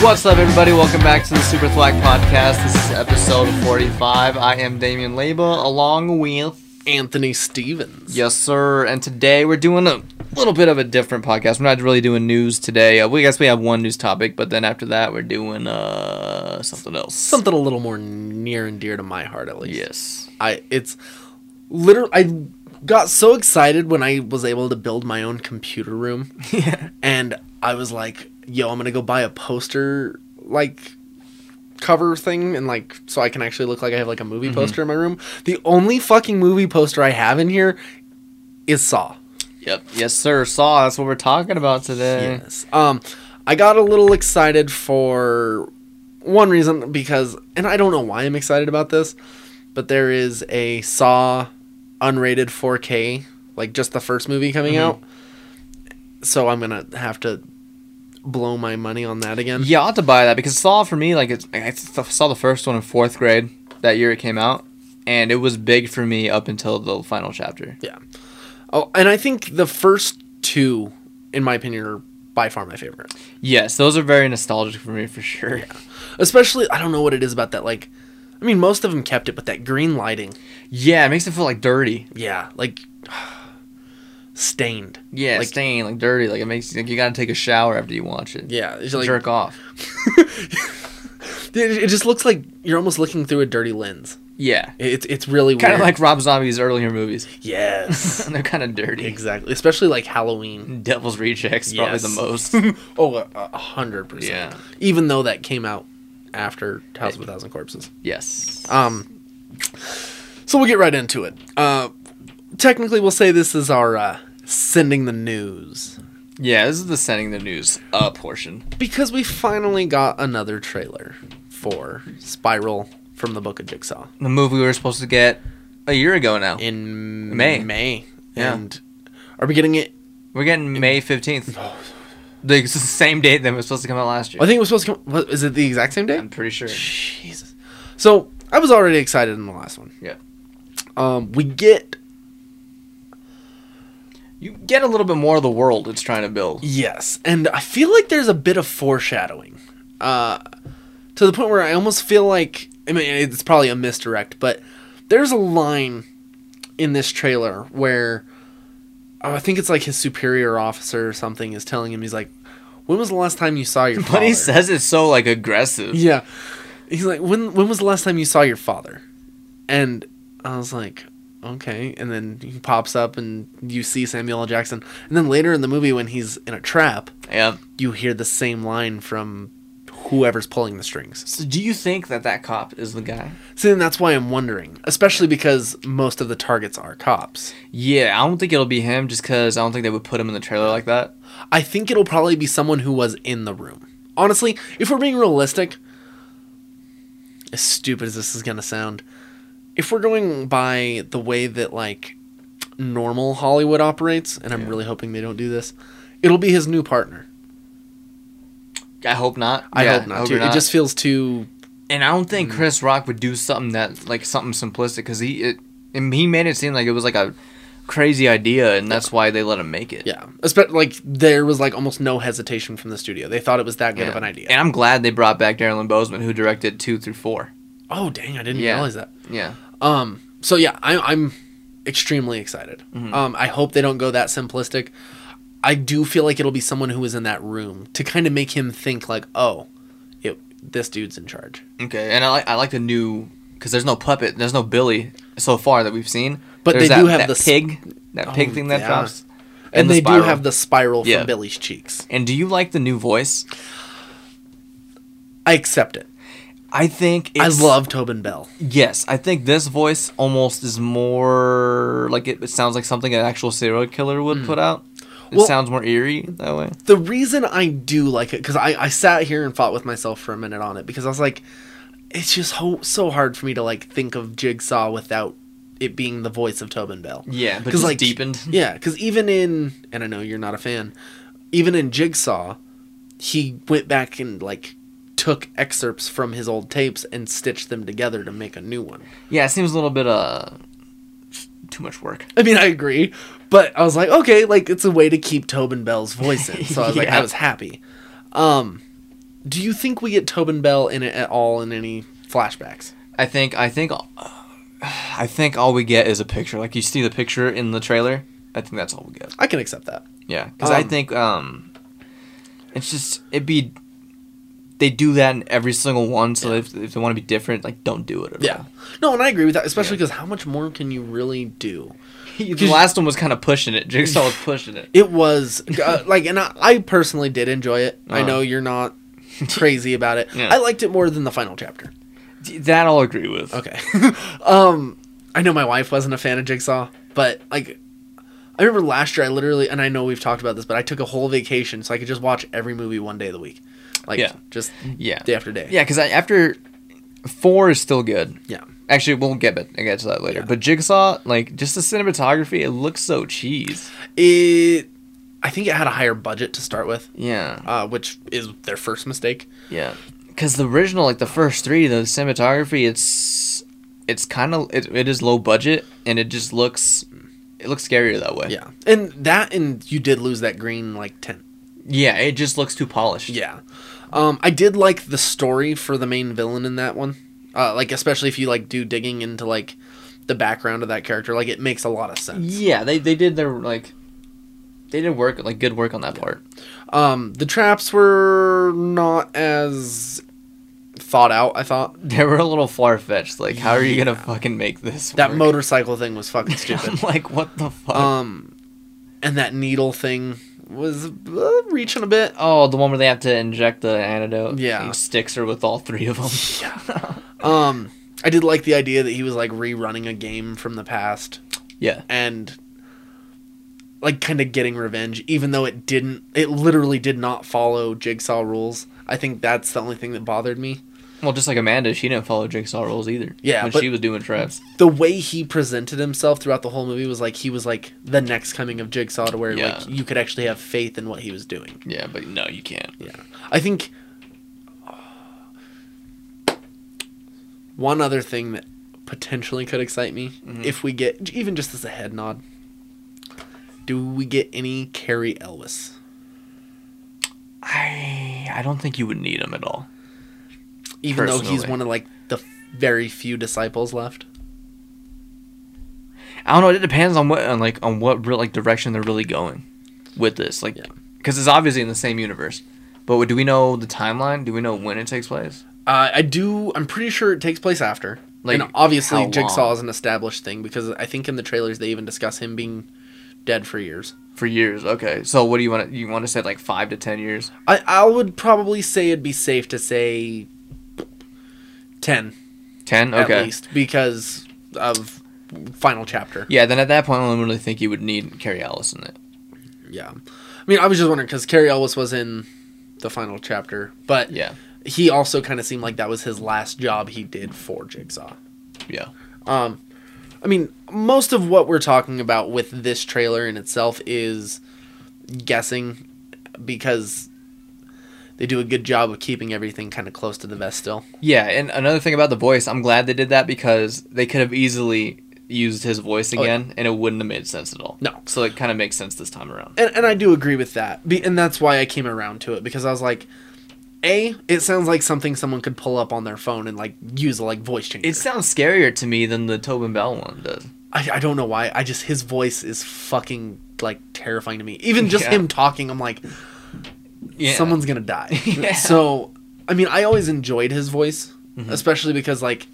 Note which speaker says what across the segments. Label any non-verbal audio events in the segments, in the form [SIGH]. Speaker 1: What's up, everybody? Welcome back to the Super Thwack Podcast. This is episode 45. I am Damian Leba, along with.
Speaker 2: Anthony Stevens.
Speaker 1: Yes, sir. And today we're doing a little bit of a different podcast. We're not really doing news today. Uh, we I guess we have one news topic, but then after that, we're doing uh, something else.
Speaker 2: Something a little more near and dear to my heart, at least.
Speaker 1: Yes.
Speaker 2: I it's literally I got so excited when I was able to build my own computer room,
Speaker 1: [LAUGHS] Yeah.
Speaker 2: and I was like, "Yo, I'm gonna go buy a poster like cover thing, and like so I can actually look like I have like a movie poster in my room." The only fucking movie poster I have in here is Saw.
Speaker 1: Yep. Yes, sir. Saw. That's what we're talking about today.
Speaker 2: Yes. Um, I got a little excited for one reason because, and I don't know why I'm excited about this, but there is a Saw unrated 4K, like just the first movie coming out. So I'm gonna have to blow my money on that again.
Speaker 1: Yeah, I'll have to buy that because Saw for me, like, it's, I saw the first one in fourth grade that year it came out, and it was big for me up until the final chapter.
Speaker 2: Yeah. Oh, and I think the first two, in my opinion, are by far my favorite.
Speaker 1: Yes, those are very nostalgic for me for sure.
Speaker 2: Especially, I don't know what it is about that. Like, I mean, most of them kept it, but that green lighting.
Speaker 1: Yeah, it makes it feel like dirty.
Speaker 2: Yeah, like [SIGHS] stained.
Speaker 1: Yeah,
Speaker 2: like,
Speaker 1: like, stained, like dirty. Like it makes like you gotta take a shower after you watch it.
Speaker 2: Yeah, it's like
Speaker 1: jerk off.
Speaker 2: it, it just looks like you're almost looking through a dirty lens.
Speaker 1: Yeah,
Speaker 2: It- It's it's really
Speaker 1: kind of
Speaker 2: weird.
Speaker 1: like Rob Zombie's earlier movies. [LAUGHS]
Speaker 2: yes,
Speaker 1: They're kind of dirty.
Speaker 2: exactly. Especially like Halloween.
Speaker 1: Devil's Rejects probably the
Speaker 2: Yes.
Speaker 1: [LAUGHS] most.
Speaker 2: Oh, a- a hundred percent.
Speaker 1: Yeah.
Speaker 2: Even though that came out after House of a Thousand Corpses.
Speaker 1: yes.
Speaker 2: Um. So we'll get right into it. Uh, technically, we'll say this is our uh, sending the news
Speaker 1: Yeah, this is the sending the news uh portion.
Speaker 2: because we finally got another trailer for Spiral from the Book of Jigsaw.
Speaker 1: The movie we were supposed to get a year ago now.
Speaker 2: in
Speaker 1: May.
Speaker 2: May.
Speaker 1: Yeah.
Speaker 2: And are we getting it?
Speaker 1: We're getting May fifteenth. The s- same date that was supposed to come out last year.
Speaker 2: I think it was supposed to come. What, is it the exact same day?
Speaker 1: I'm pretty sure.
Speaker 2: Jesus. So I was already excited in the last one.
Speaker 1: Yeah.
Speaker 2: Um, we get
Speaker 1: You get a little bit more of the world it's trying to build.
Speaker 2: yes, and I feel like there's a bit of foreshadowing, uh, to the point where I almost feel like I mean it's probably a misdirect, but there's a line in this trailer where oh, I think it's like his superior officer or something is telling him he's like, "When was the last time you
Speaker 1: [LAUGHS]
Speaker 2: saw your?"
Speaker 1: But he
Speaker 2: father?"
Speaker 1: says it's so like aggressive.
Speaker 2: Yeah. He's like, when when was the last time you saw your father? And I was like, okay. And then he pops up and you see Samuel L. Jackson. And then later in the movie when he's in a trap,
Speaker 1: Yeah.
Speaker 2: you hear the same line from whoever's pulling the strings.
Speaker 1: So do you think that that cop is the guy?
Speaker 2: So then that's why I'm wondering, especially because most of the targets are cops.
Speaker 1: Yeah, I don't think it'll be him just because I don't think they would put him in the trailer like that.
Speaker 2: I think it'll probably be someone who was in the room. Honestly, if we're being realistic, as stupid as this is going to sound, if we're going by the way that like normal Hollywood operates, and I'm
Speaker 1: Yeah.
Speaker 2: really hoping they don't do this, it'll be his new partner.
Speaker 1: I hope not.
Speaker 2: I
Speaker 1: Yeah,
Speaker 2: hope not. too. It just feels too.
Speaker 1: and I don't think Chris Rock would do something that like something simplistic because he it and he made it seem like it was like a crazy idea and that's why they let him make it.
Speaker 2: Yeah, especially like there was like almost no hesitation from the studio. They thought it was that good
Speaker 1: Yeah.
Speaker 2: of an idea.
Speaker 1: And I'm glad they brought back Darren Bozeman who directed two through four.
Speaker 2: oh dang, I didn't
Speaker 1: Yeah.
Speaker 2: realize that.
Speaker 1: Yeah.
Speaker 2: Um. So yeah, I, I'm extremely excited.
Speaker 1: Mm-hmm.
Speaker 2: Um. I hope they don't go that simplistic. I do feel like it'll be someone who was in that room to kind of make him think like, oh, it, this dude's in charge.
Speaker 1: Okay. And I like I like the new because there's no puppet, there's no Billy so far that we've seen.
Speaker 2: But
Speaker 1: There's
Speaker 2: they
Speaker 1: that,
Speaker 2: do have
Speaker 1: that
Speaker 2: the sp-
Speaker 1: pig, that pig
Speaker 2: Oh,
Speaker 1: thing that
Speaker 2: yeah.
Speaker 1: drops,
Speaker 2: And,
Speaker 1: the
Speaker 2: they do
Speaker 1: spiral.
Speaker 2: have the spiral
Speaker 1: Yeah.
Speaker 2: from Billy's cheeks.
Speaker 1: And do you like the new voice?
Speaker 2: I accept it.
Speaker 1: I think it's,
Speaker 2: I love Tobin Bell.
Speaker 1: Yes, I think this voice almost is more like it, it sounds like something an actual serial killer would put out. It
Speaker 2: Well-
Speaker 1: sounds more eerie that way.
Speaker 2: The reason I do like it because I I sat here and fought with myself for a minute on it because I was like, it's just ho- so hard for me to like think of Jigsaw without it being the voice of Tobin Bell.
Speaker 1: Yeah, but
Speaker 2: 'Cause,
Speaker 1: just
Speaker 2: like,
Speaker 1: deepened.
Speaker 2: Yeah, because even in and I know you're not a fan, even in Jigsaw, he went back and like took excerpts from his old tapes and stitched them together to make a new one.
Speaker 1: Yeah, it seems a little bit uh too much work.
Speaker 2: I mean, I agree, but I was like, okay, like it's a way to keep Tobin Bell's voice in. So I was like,
Speaker 1: Yeah.
Speaker 2: I was happy. Um, Do you think we get Tobin Bell in it at all in any flashbacks?
Speaker 1: I think I think I think all we get is a picture. Like you see the picture in the trailer. I think that's all we get.
Speaker 2: I can accept that.
Speaker 1: Yeah, because I
Speaker 2: Um,
Speaker 1: think um, it's just it'd be they do that in every single one. So if, if they want to be different, like don't do it.
Speaker 2: [LAUGHS]
Speaker 1: At
Speaker 2: Yeah. No, and I agree with that, especially because how much more can you really do?
Speaker 1: all. the last one was kind of pushing it.
Speaker 2: [LAUGHS]
Speaker 1: Jigsaw was pushing it.
Speaker 2: It was uh,
Speaker 1: [LAUGHS]
Speaker 2: like, and I, I personally did enjoy it. I
Speaker 1: Uh-huh.
Speaker 2: know you're not crazy about it.
Speaker 1: Yeah.
Speaker 2: I liked it more than the final chapter.
Speaker 1: That I'll agree with.
Speaker 2: Okay. [LAUGHS] um, I know my wife wasn't a fan of Jigsaw, but like, I remember last year I literally, and I know we've talked about this, but I took a whole vacation so I could just watch every movie one day of the week, like
Speaker 1: Yeah.
Speaker 2: just
Speaker 1: Yeah.
Speaker 2: day after day.
Speaker 1: Yeah, because after four is still good.
Speaker 2: Yeah.
Speaker 1: Actually, we'll get it. I get to that later. But Jigsaw, like just the cinematography, it looks so cheese.
Speaker 2: It, I think it had a higher budget to start with,
Speaker 1: Yeah.
Speaker 2: uh, which is their first mistake.
Speaker 1: Yeah, because the original, like the first three, the cinematography, it's it's kind of it, it is low budget and it just looks it looks scarier that way.
Speaker 2: Yeah, and that, and you did lose that green like tint.
Speaker 1: yeah, it just looks too polished.
Speaker 2: Yeah. Um, I did like the story for the main villain in that one. Uh, like especially if you like do digging into like the background of that character, like it makes a lot of sense.
Speaker 1: yeah, they they did their like they did work like good work on that part.
Speaker 2: Um, the traps were not as thought out. I thought
Speaker 1: They were a little far fetched. Like, how are you gonna fucking make this?
Speaker 2: that
Speaker 1: work?
Speaker 2: motorcycle thing was fucking
Speaker 1: [LAUGHS] I'm
Speaker 2: stupid.
Speaker 1: like, what the fuck?
Speaker 2: um, and that needle thing was uh, reaching a bit.
Speaker 1: oh, the one where they have to inject the antidote.
Speaker 2: Yeah.
Speaker 1: he sticks her with all three of them.
Speaker 2: Um, I did like the idea that he was like rerunning a game from the past.
Speaker 1: [LAUGHS] yeah,
Speaker 2: and like kind of getting revenge even though it didn't it literally did not follow jigsaw rules i think that's the only thing that bothered me
Speaker 1: well, just like Amanda, she didn't follow Jigsaw rules either.
Speaker 2: Yeah,
Speaker 1: when
Speaker 2: but-
Speaker 1: she was doing traps.
Speaker 2: the way he presented himself throughout the whole movie was like he was like the next coming of jigsaw to where
Speaker 1: Yeah.
Speaker 2: like you could actually have faith in what he was doing
Speaker 1: Yeah, but no, you can't.
Speaker 2: yeah i think one other thing that potentially could excite me if we get even just as a head nod do we get any carrie elvis
Speaker 1: I I don't think you would need him at all.
Speaker 2: even though he's
Speaker 1: Personally.
Speaker 2: one of like the f- very few disciples left.
Speaker 1: I don't know. It depends on what on like on what real like direction they're really going with this. Like,
Speaker 2: Yeah.
Speaker 1: because it's obviously in the same universe. But do we know the timeline? Do we know when it takes place?
Speaker 2: Uh, I do. I'm pretty sure it takes place after.
Speaker 1: Like,
Speaker 2: and obviously,
Speaker 1: how
Speaker 2: Jigsaw
Speaker 1: long?
Speaker 2: is an established thing because I think in the trailers they even discuss him being dead for years.
Speaker 1: For years. Okay. So what do you want to you want to say like five to ten years?
Speaker 2: I I would probably say it'd be safe to say ten
Speaker 1: Ten. Okay.
Speaker 2: at least because of final chapter.
Speaker 1: Yeah. Then at that point, I don't really think you would need Carrie Ellis in it.
Speaker 2: Yeah, I mean, I was just wondering because Carrie Ellis was in the final chapter, but
Speaker 1: Yeah.
Speaker 2: he also kind of seemed like that was his last job he did for Jigsaw.
Speaker 1: Yeah.
Speaker 2: Um, I mean, most of what we're talking about with this trailer in itself is guessing because they do a good job of keeping everything kind of close to the vest still.
Speaker 1: Yeah. And another thing about the voice, I'm glad they did that because they could have easily used his voice
Speaker 2: yeah.
Speaker 1: again, and it wouldn't have made sense at all.
Speaker 2: No.
Speaker 1: So it kind of makes sense this time around.
Speaker 2: And, and I do agree with that. Be, and that's why I came around to it because I was like, A, it sounds like something someone could pull up on their phone and like use like voice changer.
Speaker 1: It sounds scarier to me than the Tobin Bell one does.
Speaker 2: I, I don't know why. I just, his voice is fucking like terrifying to me. Even just
Speaker 1: Yeah.
Speaker 2: him talking, I'm like,
Speaker 1: Yeah.
Speaker 2: someone's gonna die.
Speaker 1: Yeah.
Speaker 2: So, I mean, I always enjoyed his voice, especially because like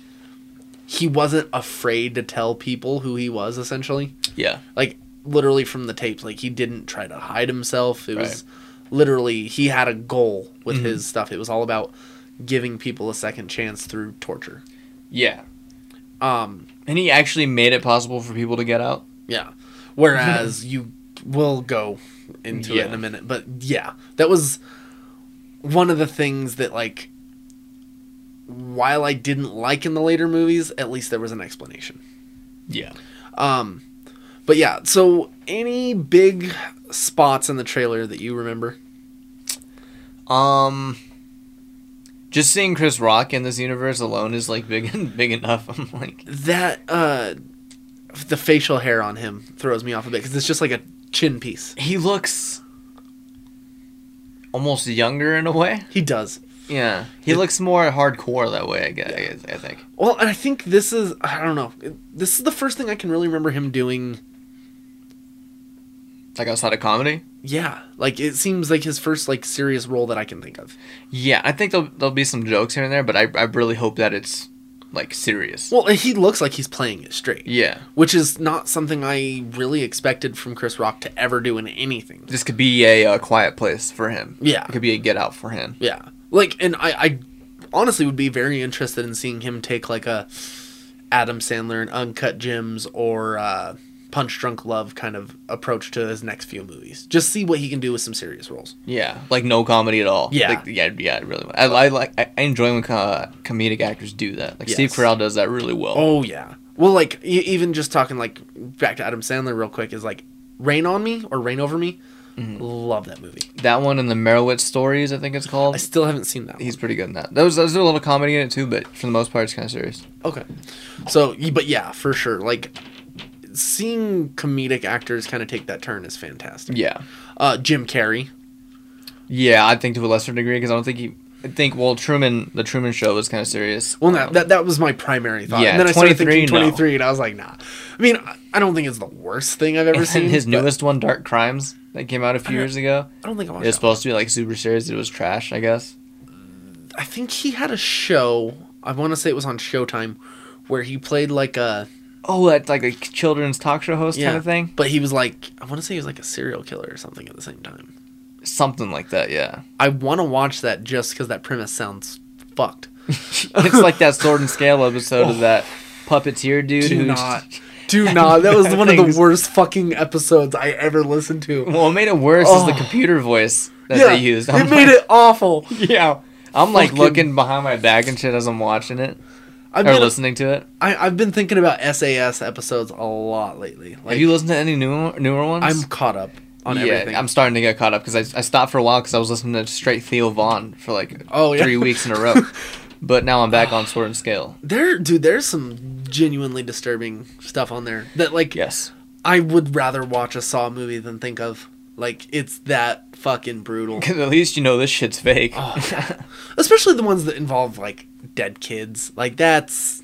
Speaker 2: he wasn't afraid to tell people who he was. Essentially,
Speaker 1: Yeah.
Speaker 2: like literally from the tapes, like he didn't try to hide himself. It was literally he had a goal with his stuff. It was all about giving people a second chance through torture.
Speaker 1: Yeah.
Speaker 2: Um,
Speaker 1: And he actually made it possible for people to get out.
Speaker 2: yeah. Whereas you will go into it in
Speaker 1: Yeah.
Speaker 2: a minute, but yeah, that was one of the things that like while I didn't like in the later movies, at least there was an explanation.
Speaker 1: Yeah.
Speaker 2: Um but yeah, so any big spots in the trailer that you remember?
Speaker 1: Um just seeing Chris Rock in this universe alone is like big [LAUGHS] big enough. I'm like
Speaker 2: That uh the facial hair on him throws me off a bit cuz it's just like a chin piece.
Speaker 1: he looks almost younger in a way.
Speaker 2: He does.
Speaker 1: Yeah, he looks more hardcore that way. I guess. I, guess, I think.
Speaker 2: Well, and I think this is I don't know. This is the first thing I can really remember him doing.
Speaker 1: Like outside of comedy.
Speaker 2: Yeah, like it seems like his first like serious role that I can think of.
Speaker 1: Yeah, I think there'll there'll be some jokes here and there, but I I really hope that it's like serious.
Speaker 2: Well, and he looks like he's playing it straight.
Speaker 1: Yeah,
Speaker 2: Which is not something I really expected from Chris Rock to ever do in anything.
Speaker 1: this could be a uh, quiet place for him.
Speaker 2: Yeah.
Speaker 1: it could be a get out for him.
Speaker 2: Yeah. Like and I, I honestly would be very interested in seeing him take like a Adam Sandler and Uncut Gems or uh Punch Drunk Love kind of approach to his next few movies. Just see what he can do with some serious roles.
Speaker 1: Yeah, like no comedy at all.
Speaker 2: Yeah.
Speaker 1: like, yeah, yeah. I really, I, I like. I I enjoy when uh, comedic actors do that. Like Steve
Speaker 2: Yes.
Speaker 1: Carell does that really well.
Speaker 2: Oh yeah. Well, like e- even just talking like back to Adam Sandler real quick is like Rain on Me or Rain Over Me.
Speaker 1: Mm-hmm.
Speaker 2: Love that movie.
Speaker 1: That one in the Merowitz stories, I think it's called.
Speaker 2: I still haven't seen that. one.
Speaker 1: He's pretty good in that. There's there's a little comedy in it too, but for the most part, it's kind of serious.
Speaker 2: Okay. So, y- but yeah, for sure. Like seeing comedic actors kind of take that turn is fantastic.
Speaker 1: Yeah,
Speaker 2: Uh, Jim Carrey.
Speaker 1: yeah. I think to a lesser degree because I don't think he. I think well, Truman, the Truman Show was kind of serious.
Speaker 2: Well,
Speaker 1: Um,
Speaker 2: that, that that was my primary thought.
Speaker 1: Yeah,
Speaker 2: and then I started thinking
Speaker 1: 23, no.
Speaker 2: 23, and I was like, nah. I mean, I- I don't think it's the worst thing I've ever
Speaker 1: and
Speaker 2: seen.
Speaker 1: his
Speaker 2: but Uh-huh.
Speaker 1: newest one, Dark Crimes, that came out a few years ago.
Speaker 2: I don't think I
Speaker 1: It
Speaker 2: watched that.
Speaker 1: was supposed to be like super serious. It was trash, I guess.
Speaker 2: I think he had a show. I want to say it was on Showtime, where he played like a
Speaker 1: Oh, that's like a children's talk show host kind of thing,
Speaker 2: But he was like, I want to say he was like a serial killer or something at the same time.
Speaker 1: something like
Speaker 2: [LAUGHS]
Speaker 1: that. Yeah,
Speaker 2: I want to watch that just because that premise sounds fucked.
Speaker 1: it's like that Sword and Scale episode of that puppeteer dude.
Speaker 2: Do
Speaker 1: who
Speaker 2: not. Do not. That was one of
Speaker 1: Things-
Speaker 2: the worst fucking episodes I ever listened to.
Speaker 1: [LAUGHS] Well, what made it worse is the
Speaker 2: Oh.
Speaker 1: computer voice [LAUGHS] that
Speaker 2: yeah,
Speaker 1: they used. Oh
Speaker 2: it
Speaker 1: I'm
Speaker 2: made
Speaker 1: like-
Speaker 2: it awful.
Speaker 1: [LAUGHS] Yeah. I'm like
Speaker 2: Fucking-
Speaker 1: looking behind my back and shit as I'm watching it
Speaker 2: I've
Speaker 1: or
Speaker 2: been,
Speaker 1: listening to it.
Speaker 2: I, I've been thinking about SAS episodes a lot lately. Like,
Speaker 1: Have you listened to any new newer ones?
Speaker 2: I'm caught up on
Speaker 1: yeah,
Speaker 2: everything.
Speaker 1: I'm starting to get caught up because I, I stopped for a while because I was listening to straight Theo Vaughn for like
Speaker 2: Oh, yeah.
Speaker 1: three weeks in
Speaker 2: [LAUGHS]
Speaker 1: a row. But now I'm back on Sword and Scale.
Speaker 2: there, dude. There's some genuinely disturbing stuff on there that, like,
Speaker 1: Yes.
Speaker 2: I would rather watch a Saw movie than think of. Like, it's that fucking brutal.
Speaker 1: Because at least you know this shit's fake. [LAUGHS]
Speaker 2: Oh. Especially the ones that involve like dead kids. Like that's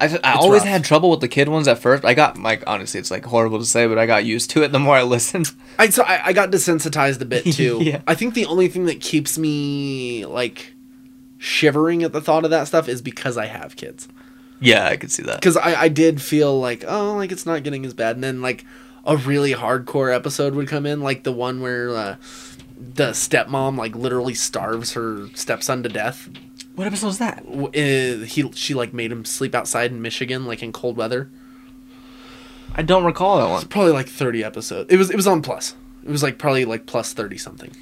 Speaker 1: I've, I always
Speaker 2: rough.
Speaker 1: had trouble with the kid ones at first. I got, like, honestly, it's like horrible to say, but I got used to it the more I [LAUGHS] listened.
Speaker 2: I so I, I got desensitized a bit too.
Speaker 1: Yeah.
Speaker 2: I think the only thing that keeps me like shivering at the thought of that stuff is because I have kids.
Speaker 1: Yeah, I could see that.
Speaker 2: Because I, I did feel like, oh, like it's not getting as bad. And then like a really hardcore episode would come in, like the one where uh, the stepmom like literally starves her stepson to death.
Speaker 1: What episode was that?
Speaker 2: W- uh, He she like made him sleep outside in Michigan, like in cold weather.
Speaker 1: I don't recall that one.
Speaker 2: probably like 30 episodes. It was it was on Plus. It was like probably like plus 30 something.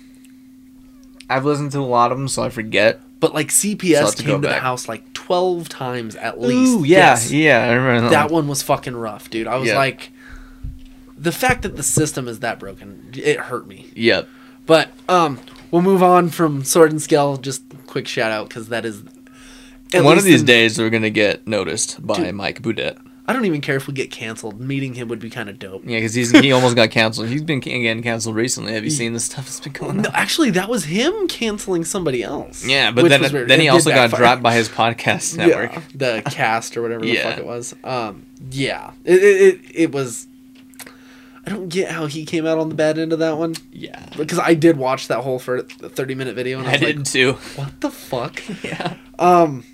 Speaker 1: I've listened to a lot of them, so I forget.
Speaker 2: But like
Speaker 1: So I'll
Speaker 2: CPS
Speaker 1: have to go
Speaker 2: came to the
Speaker 1: back.
Speaker 2: house like 12 times at least.
Speaker 1: Ooh, yeah,
Speaker 2: Yes.
Speaker 1: yeah, I remember that.
Speaker 2: That
Speaker 1: one.
Speaker 2: one was fucking rough, dude. I was
Speaker 1: Yeah.
Speaker 2: like the fact that the system is that broken, it hurt me.
Speaker 1: Yep.
Speaker 2: But um we'll move on from Sword and Scale just quick shout out cuz that is at
Speaker 1: One of
Speaker 2: least
Speaker 1: these
Speaker 2: in-
Speaker 1: days, we're gonna get noticed by
Speaker 2: Dude.
Speaker 1: Mike Boudet.
Speaker 2: I don't even care if we get canceled. Meeting him would be kind of dope.
Speaker 1: Yeah, because he's he almost got canceled. He's been ca- getting canceled recently. Have you seen the
Speaker 2: [LAUGHS]
Speaker 1: stuff that's been going on?
Speaker 2: No, actually, that was him canceling somebody else.
Speaker 1: Yeah, but
Speaker 2: which
Speaker 1: then
Speaker 2: was weird.
Speaker 1: then
Speaker 2: It
Speaker 1: he
Speaker 2: did
Speaker 1: also got
Speaker 2: backfire.
Speaker 1: dropped by his podcast network. Yeah.
Speaker 2: [LAUGHS] Yeah, the cast or whatever the
Speaker 1: Yeah.
Speaker 2: fuck it was. Um, yeah, it, it, it, it was. I don't get how he came out on the bad end of that one because I did watch that whole for thirty minute video and I
Speaker 1: I
Speaker 2: was
Speaker 1: did
Speaker 2: like, [LAUGHS]
Speaker 1: too.
Speaker 2: "What the fuck?"
Speaker 1: Yeah.
Speaker 2: Um.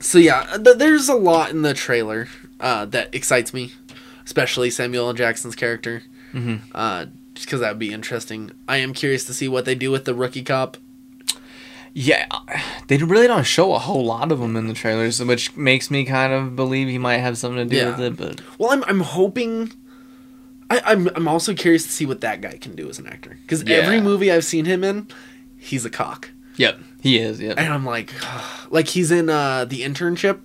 Speaker 2: So yeah, th- there's a lot in the trailer uh, that excites me, especially Samuel L. Jackson's character.
Speaker 1: Mhm.
Speaker 2: Uh, just because that would be interesting. I am curious to see what they do with the rookie cop.
Speaker 1: Yeah, [SIGHS] they really don't show a whole lot of him in the trailers, which makes me kind of believe he might have something to do
Speaker 2: Yeah.
Speaker 1: with it. But
Speaker 2: Well, I'm I'm hoping. I, I'm I'm also curious to see what that guy can do as an actor because every
Speaker 1: Yeah.
Speaker 2: movie I've seen him in, he's a cock,
Speaker 1: yep, he is. Yep,
Speaker 2: and I'm like, [SIGHS] like he's in uh, the internship,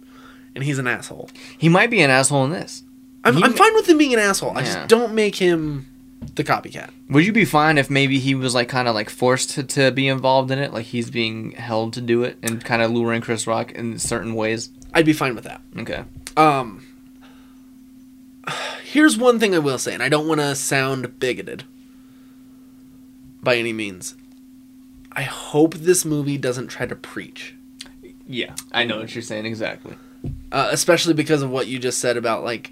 Speaker 2: and he's an asshole.
Speaker 1: he might be an asshole in this.
Speaker 2: I'm
Speaker 1: He
Speaker 2: I'm
Speaker 1: ma-
Speaker 2: fine with him being an asshole. I
Speaker 1: Yeah.
Speaker 2: just don't make him the copycat.
Speaker 1: Would you be fine if maybe he was like kind of like forced to, to be involved in it, like he's being held to do it and kind of luring Chris Rock in certain ways?
Speaker 2: I'd be fine with that.
Speaker 1: Okay.
Speaker 2: Um, [SIGHS] here's one thing I will say, and I don't want to sound bigoted by any means. I hope this movie doesn't try to preach,
Speaker 1: Yeah, I know what you're saying exactly.
Speaker 2: uh, especially because of what you just said about like.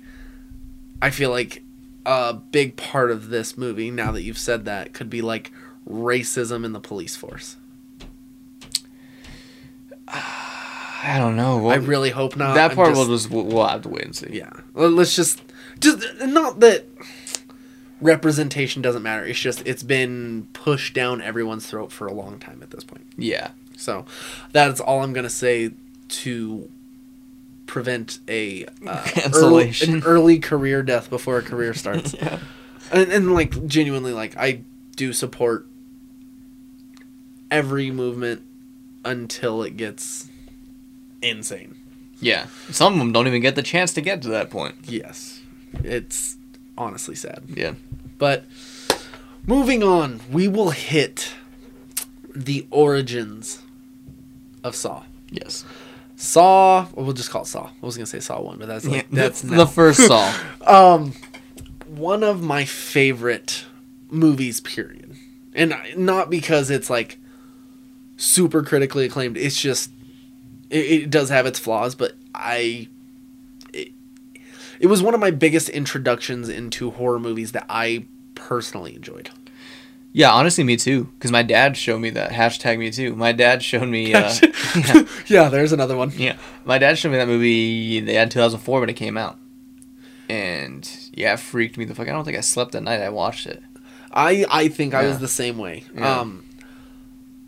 Speaker 2: I feel like a big part of this movie, now that you've said that, could be like racism in the police force.
Speaker 1: I don't know.
Speaker 2: I
Speaker 1: What-
Speaker 2: really hope not.
Speaker 1: that
Speaker 2: I'm
Speaker 1: part
Speaker 2: just-
Speaker 1: will just we'll, we'll have to wait and see.
Speaker 2: yeah Well, let's just just not that representation doesn't matter it's just it's been pushed down everyone's throat for a long time at this point
Speaker 1: yeah,
Speaker 2: so that's all i'm gonna say to prevent a uh, early,
Speaker 1: Cancellation.
Speaker 2: an early career death before a career [LAUGHS] starts
Speaker 1: yeah.
Speaker 2: and, and like genuinely like i do support every movement until it gets insane
Speaker 1: Yeah. Some of them don't even get the chance to get to that point.
Speaker 2: yes it's honestly sad
Speaker 1: Yeah.
Speaker 2: But moving on, we will hit the origins of Saw.
Speaker 1: Yes.
Speaker 2: Saw, well, we'll just call it Saw. I was gonna say Saw One, but that's like, that's
Speaker 1: that's [LAUGHS] the first Saw.
Speaker 2: one of my favorite movies. Period, and I- not because it's like super critically acclaimed. It's just it, it does have its flaws, but I. It, it was one of my biggest introductions into horror movies that I personally enjoyed.
Speaker 1: Yeah, honestly, me too. Because my dad showed me that hashtag me too. My dad showed me. Uh, [LAUGHS] yeah,
Speaker 2: [LAUGHS] yeah, there's another one.
Speaker 1: yeah, my dad showed me that movie. They had 2004 when it came out, and yeah, it freaked me the fuck. I don't think I slept that night. I watched it.
Speaker 2: I I think I
Speaker 1: Yeah.
Speaker 2: was the same way.
Speaker 1: Yeah.
Speaker 2: Um,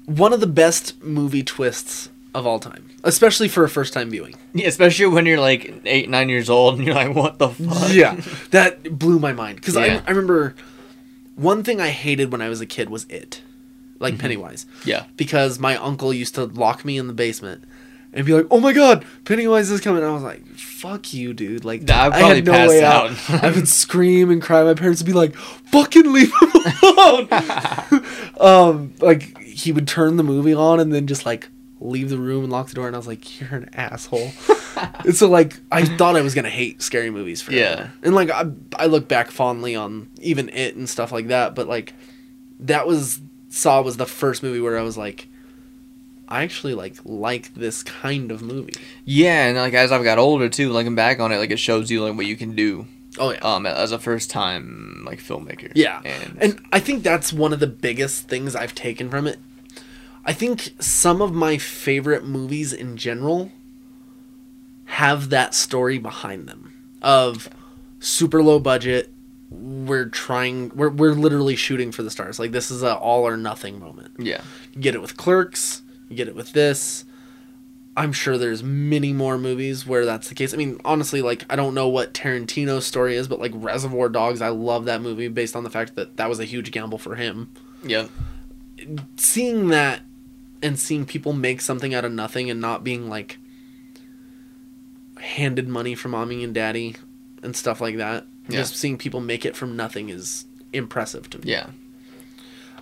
Speaker 2: one of the best movie twists of all time, especially for a first time viewing.
Speaker 1: Yeah, especially when you're like eight, nine years old, and you're like, "What the fuck?"
Speaker 2: that blew my mind because
Speaker 1: Yeah.
Speaker 2: I I remember one thing I hated when I was a kid was it, like Pennywise,
Speaker 1: Mm-hmm. yeah,
Speaker 2: because my uncle used to lock me in the basement. And be like, oh my god, Pennywise is coming! And I was like, fuck you, dude! Like,
Speaker 1: Nah, I'd probably pass out.
Speaker 2: I would scream and cry. My parents would be like, fucking leave him [LAUGHS]
Speaker 1: [LAUGHS]
Speaker 2: alone! um, like he would turn the movie on and then just like leave the room and lock the door, and I was like, "You're an [LAUGHS] asshole." and so like I thought I was gonna hate scary movies forever.
Speaker 1: Yeah.
Speaker 2: and like I I look back fondly on even it and stuff like that, but like that was Saw was the first movie where I was like, I actually like like this kind of movie.
Speaker 1: yeah. And like as I've got older too, looking back on it, like it shows you like what you can do
Speaker 2: Oh yeah.
Speaker 1: um as a first time like filmmaker.
Speaker 2: Yeah.
Speaker 1: and,
Speaker 2: And I think that's one of the biggest things I've taken from it. I think some of my favorite movies in general have that story behind them of super low budget. We're trying, we're, we're literally shooting for the stars. Like, this is a all or nothing moment.
Speaker 1: yeah,
Speaker 2: You get it with Clerks, you get it with this. I'm sure there's many more movies where that's the case. I mean, honestly, like I don't know what Tarantino's story is, but like Reservoir Dogs, I love that movie based on the fact that that was a huge gamble for him.
Speaker 1: yeah,
Speaker 2: Seeing that and seeing people make something out of nothing and not being like handed money from mommy and daddy and stuff like that.
Speaker 1: Yeah.
Speaker 2: Just seeing people make it from nothing is impressive to me.
Speaker 1: yeah.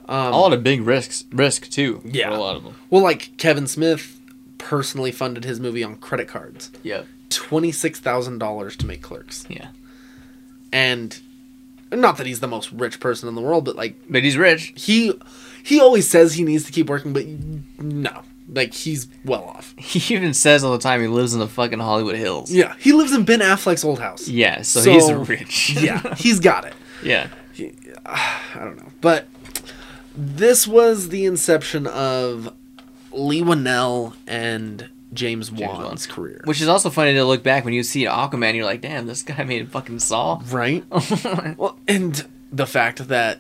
Speaker 2: Um,
Speaker 1: a lot of big risks, risk too.
Speaker 2: Yeah.
Speaker 1: for a lot of them.
Speaker 2: Well, like Kevin Smith personally funded his movie on credit cards.
Speaker 1: Yeah,
Speaker 2: $26,000 to make clerks.
Speaker 1: yeah.
Speaker 2: And not that he's the most rich person in the world, but like
Speaker 1: But he's rich.
Speaker 2: he he always says he needs to keep working, but no. Like he's well off.
Speaker 1: He even says all the time he lives in the fucking Hollywood Hills.
Speaker 2: Yeah, he lives in Ben Affleck's old house.
Speaker 1: Yeah, so,
Speaker 2: So-
Speaker 1: he's rich.
Speaker 2: [LAUGHS] yeah, he's got it.
Speaker 1: [LAUGHS] yeah.
Speaker 2: I don't know. But this was the inception of Lee Winnell and James, Wan's
Speaker 1: Wan's.
Speaker 2: career.
Speaker 1: Which is also funny to look back when you see Aquaman, you're like, damn, this guy [LAUGHS] made
Speaker 2: [LAUGHS]
Speaker 1: fucking Saw.
Speaker 2: Right? Well, and the fact that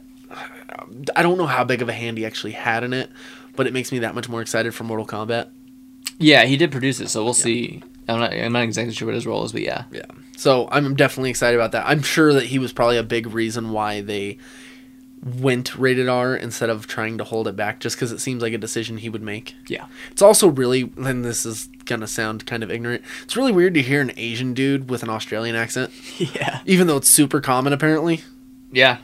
Speaker 2: I don't know how big of a hand he actually had in it, but it makes me that much more excited for Mortal Kombat.
Speaker 1: yeah, he did produce it, so we'll see. I'm not, I'm not exactly sure what his role is, but yeah.
Speaker 2: Yeah. So I'm definitely excited about that. I'm sure that he was probably a big reason why they went rated R instead of trying to hold it back just because it seems like a decision he would make. [LAUGHS]
Speaker 1: Yeah.
Speaker 2: It's also really, and this is going to sound kind of ignorant, it's really weird to hear an Asian dude with an Australian accent,
Speaker 1: Yeah.
Speaker 2: even though it's super common apparently.
Speaker 1: Yeah.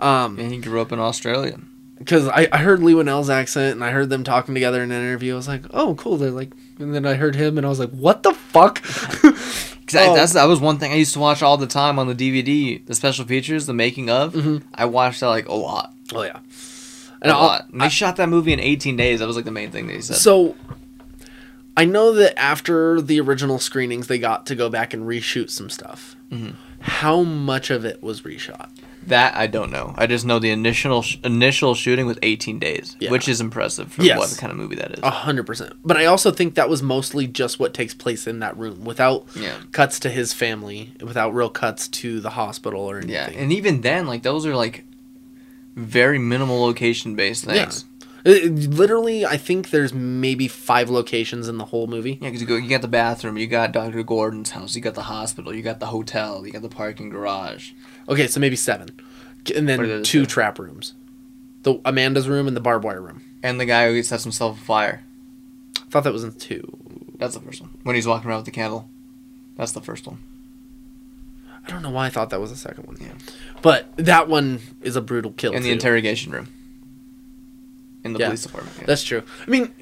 Speaker 2: Um,
Speaker 1: And he grew up in Australia.
Speaker 2: because I, I heard Lee Winnell's accent and I heard them talking together in an interview. I was like, oh, cool. They're like, and then I heard him and I was like, what the fuck? [LAUGHS]
Speaker 1: Cause I,
Speaker 2: Oh.
Speaker 1: that's, that was one thing I used to watch all the time on the DVD, the special features, the making of. I watched that like a lot.
Speaker 2: oh yeah. Mm-hmm. And
Speaker 1: a
Speaker 2: I'll-
Speaker 1: lot. And they shot that movie in 18 days. That was like the main thing they said.
Speaker 2: So I know that after the original screenings, they got to go back and reshoot some stuff.
Speaker 1: Mm-hmm.
Speaker 2: How much of it was reshot?
Speaker 1: that I don't know. I just know the initial sh- initial shooting was 18 days,
Speaker 2: Yeah.
Speaker 1: which is impressive for
Speaker 2: Yes.
Speaker 1: what kind of movie that is.
Speaker 2: A hundred percent. But I also think that was mostly just what takes place in that room, without
Speaker 1: Yeah.
Speaker 2: cuts to his family, without real cuts to the hospital or anything.
Speaker 1: yeah, and even then, like those are like very minimal location based things.
Speaker 2: It- it- Uh, literally, I think there's maybe five locations in the whole movie.
Speaker 1: Yeah, because you go, you got the bathroom, you got Doctor Gordon's house, you got the hospital, you got the hotel, you got the parking garage.
Speaker 2: Okay, so maybe seven, and
Speaker 1: What are the other
Speaker 2: then two
Speaker 1: two?
Speaker 2: trap rooms, the Amanda's room and the barbed wire room.
Speaker 1: And the guy who sets himself afire.
Speaker 2: I thought that was in two.
Speaker 1: That's the first one. When he's walking around with the candle. That's the first one.
Speaker 2: I don't know why I thought that was the second one.
Speaker 1: Yeah.
Speaker 2: But that one is a brutal kill.
Speaker 1: In the
Speaker 2: too.
Speaker 1: interrogation room. In the
Speaker 2: Yeah.
Speaker 1: police department. yeah.
Speaker 2: That's true. I mean,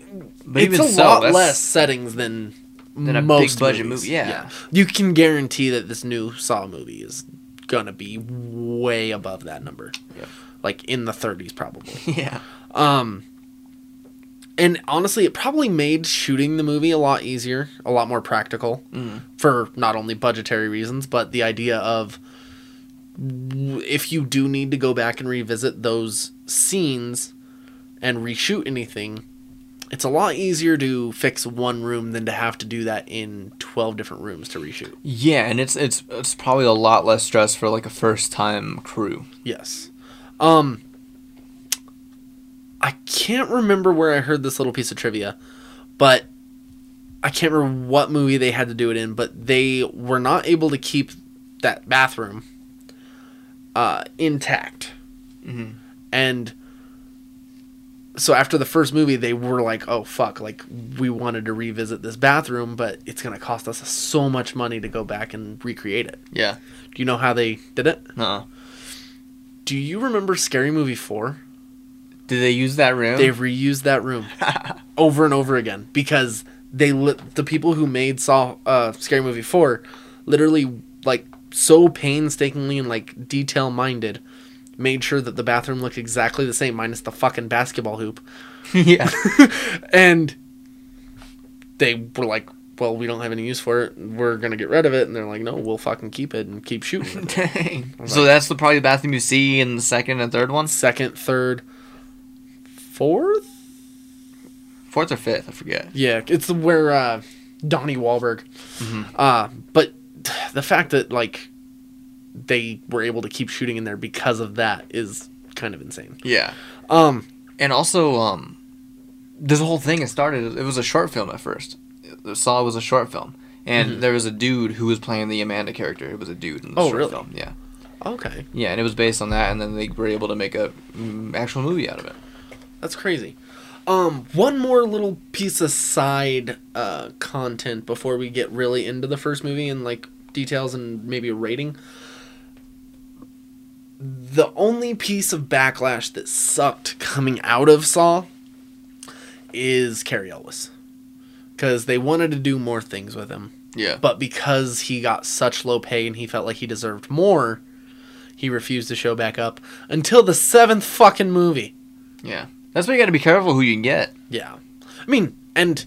Speaker 1: But
Speaker 2: it's
Speaker 1: even
Speaker 2: a
Speaker 1: so,
Speaker 2: lot
Speaker 1: that's-
Speaker 2: less settings than,
Speaker 1: Than a big
Speaker 2: most
Speaker 1: budget
Speaker 2: movies.
Speaker 1: movie, yeah.
Speaker 2: You can guarantee that this new Saw movie is gonna be way above that number.
Speaker 1: Yep.
Speaker 2: Like in the 30s probably.
Speaker 1: [LAUGHS] Yeah.
Speaker 2: Um and honestly, it probably made shooting the movie a lot easier, a lot more practical for not only budgetary reasons, but the idea of w- if you do need to go back and revisit those scenes and reshoot anything, it's a lot easier to fix one room than to have to do that in 12 different rooms to reshoot.
Speaker 1: Yeah, and it's it's it's probably a lot less stress for like a first time crew.
Speaker 2: Yes. Um I can't remember where I heard this little piece of trivia, but I can't remember what movie they had to do it in, but they were not able to keep that bathroom uh intact. And so after the first movie they were like, "Oh fuck, like we wanted to revisit this bathroom, but it's going to cost us so much money to go back and recreate it."
Speaker 1: Yeah.
Speaker 2: Do you know how they did it?
Speaker 1: Uh-uh.
Speaker 2: Do you remember Scary Movie 4?
Speaker 1: Did they use that room?
Speaker 2: They reused that room over and over again because they li- the people who made Saw uh, Scary Movie 4 literally like so painstakingly and like detail minded made sure that the bathroom looked exactly the same minus the fucking basketball hoop
Speaker 1: [LAUGHS] yeah.
Speaker 2: and they were like well we don't have any use for it we're going to get rid of it and they're like no we'll fucking keep it and keep shooting
Speaker 1: [LAUGHS]
Speaker 2: with it."
Speaker 1: Dang. So that's the probably the bathroom you see in the second and third ones?
Speaker 2: second third fourth
Speaker 1: Fourth or fifth, I forget.
Speaker 2: Yeah, it's the- where uh, Donnie Wahlberg. Uh, but the fact that like they were able to keep shooting in there because of that is kind of insane.
Speaker 1: Yeah.
Speaker 2: Um,
Speaker 1: And also, um, this whole thing it started. It was a short film at first. The Saw was a short film, and there was a dude who was playing the Amanda character. It was a dude in the
Speaker 2: Oh,
Speaker 1: short
Speaker 2: really?
Speaker 1: film. Yeah,
Speaker 2: okay,
Speaker 1: yeah, and it was based on that, and then they were able to make a mm, actual movie out of it.
Speaker 2: that's crazy. Um, one more little piece of side uh, content before we get really into the first movie and like details and maybe a rating. The only piece of backlash that sucked coming out of Saw is Carrie Ellis. Because they wanted to do more things with him.
Speaker 1: Yeah,
Speaker 2: But because he got such low pay and he felt like he deserved more, he refused to show back up until the seventh fucking movie.
Speaker 1: yeah. That's why you got to be careful who you get.
Speaker 2: Yeah. I mean, and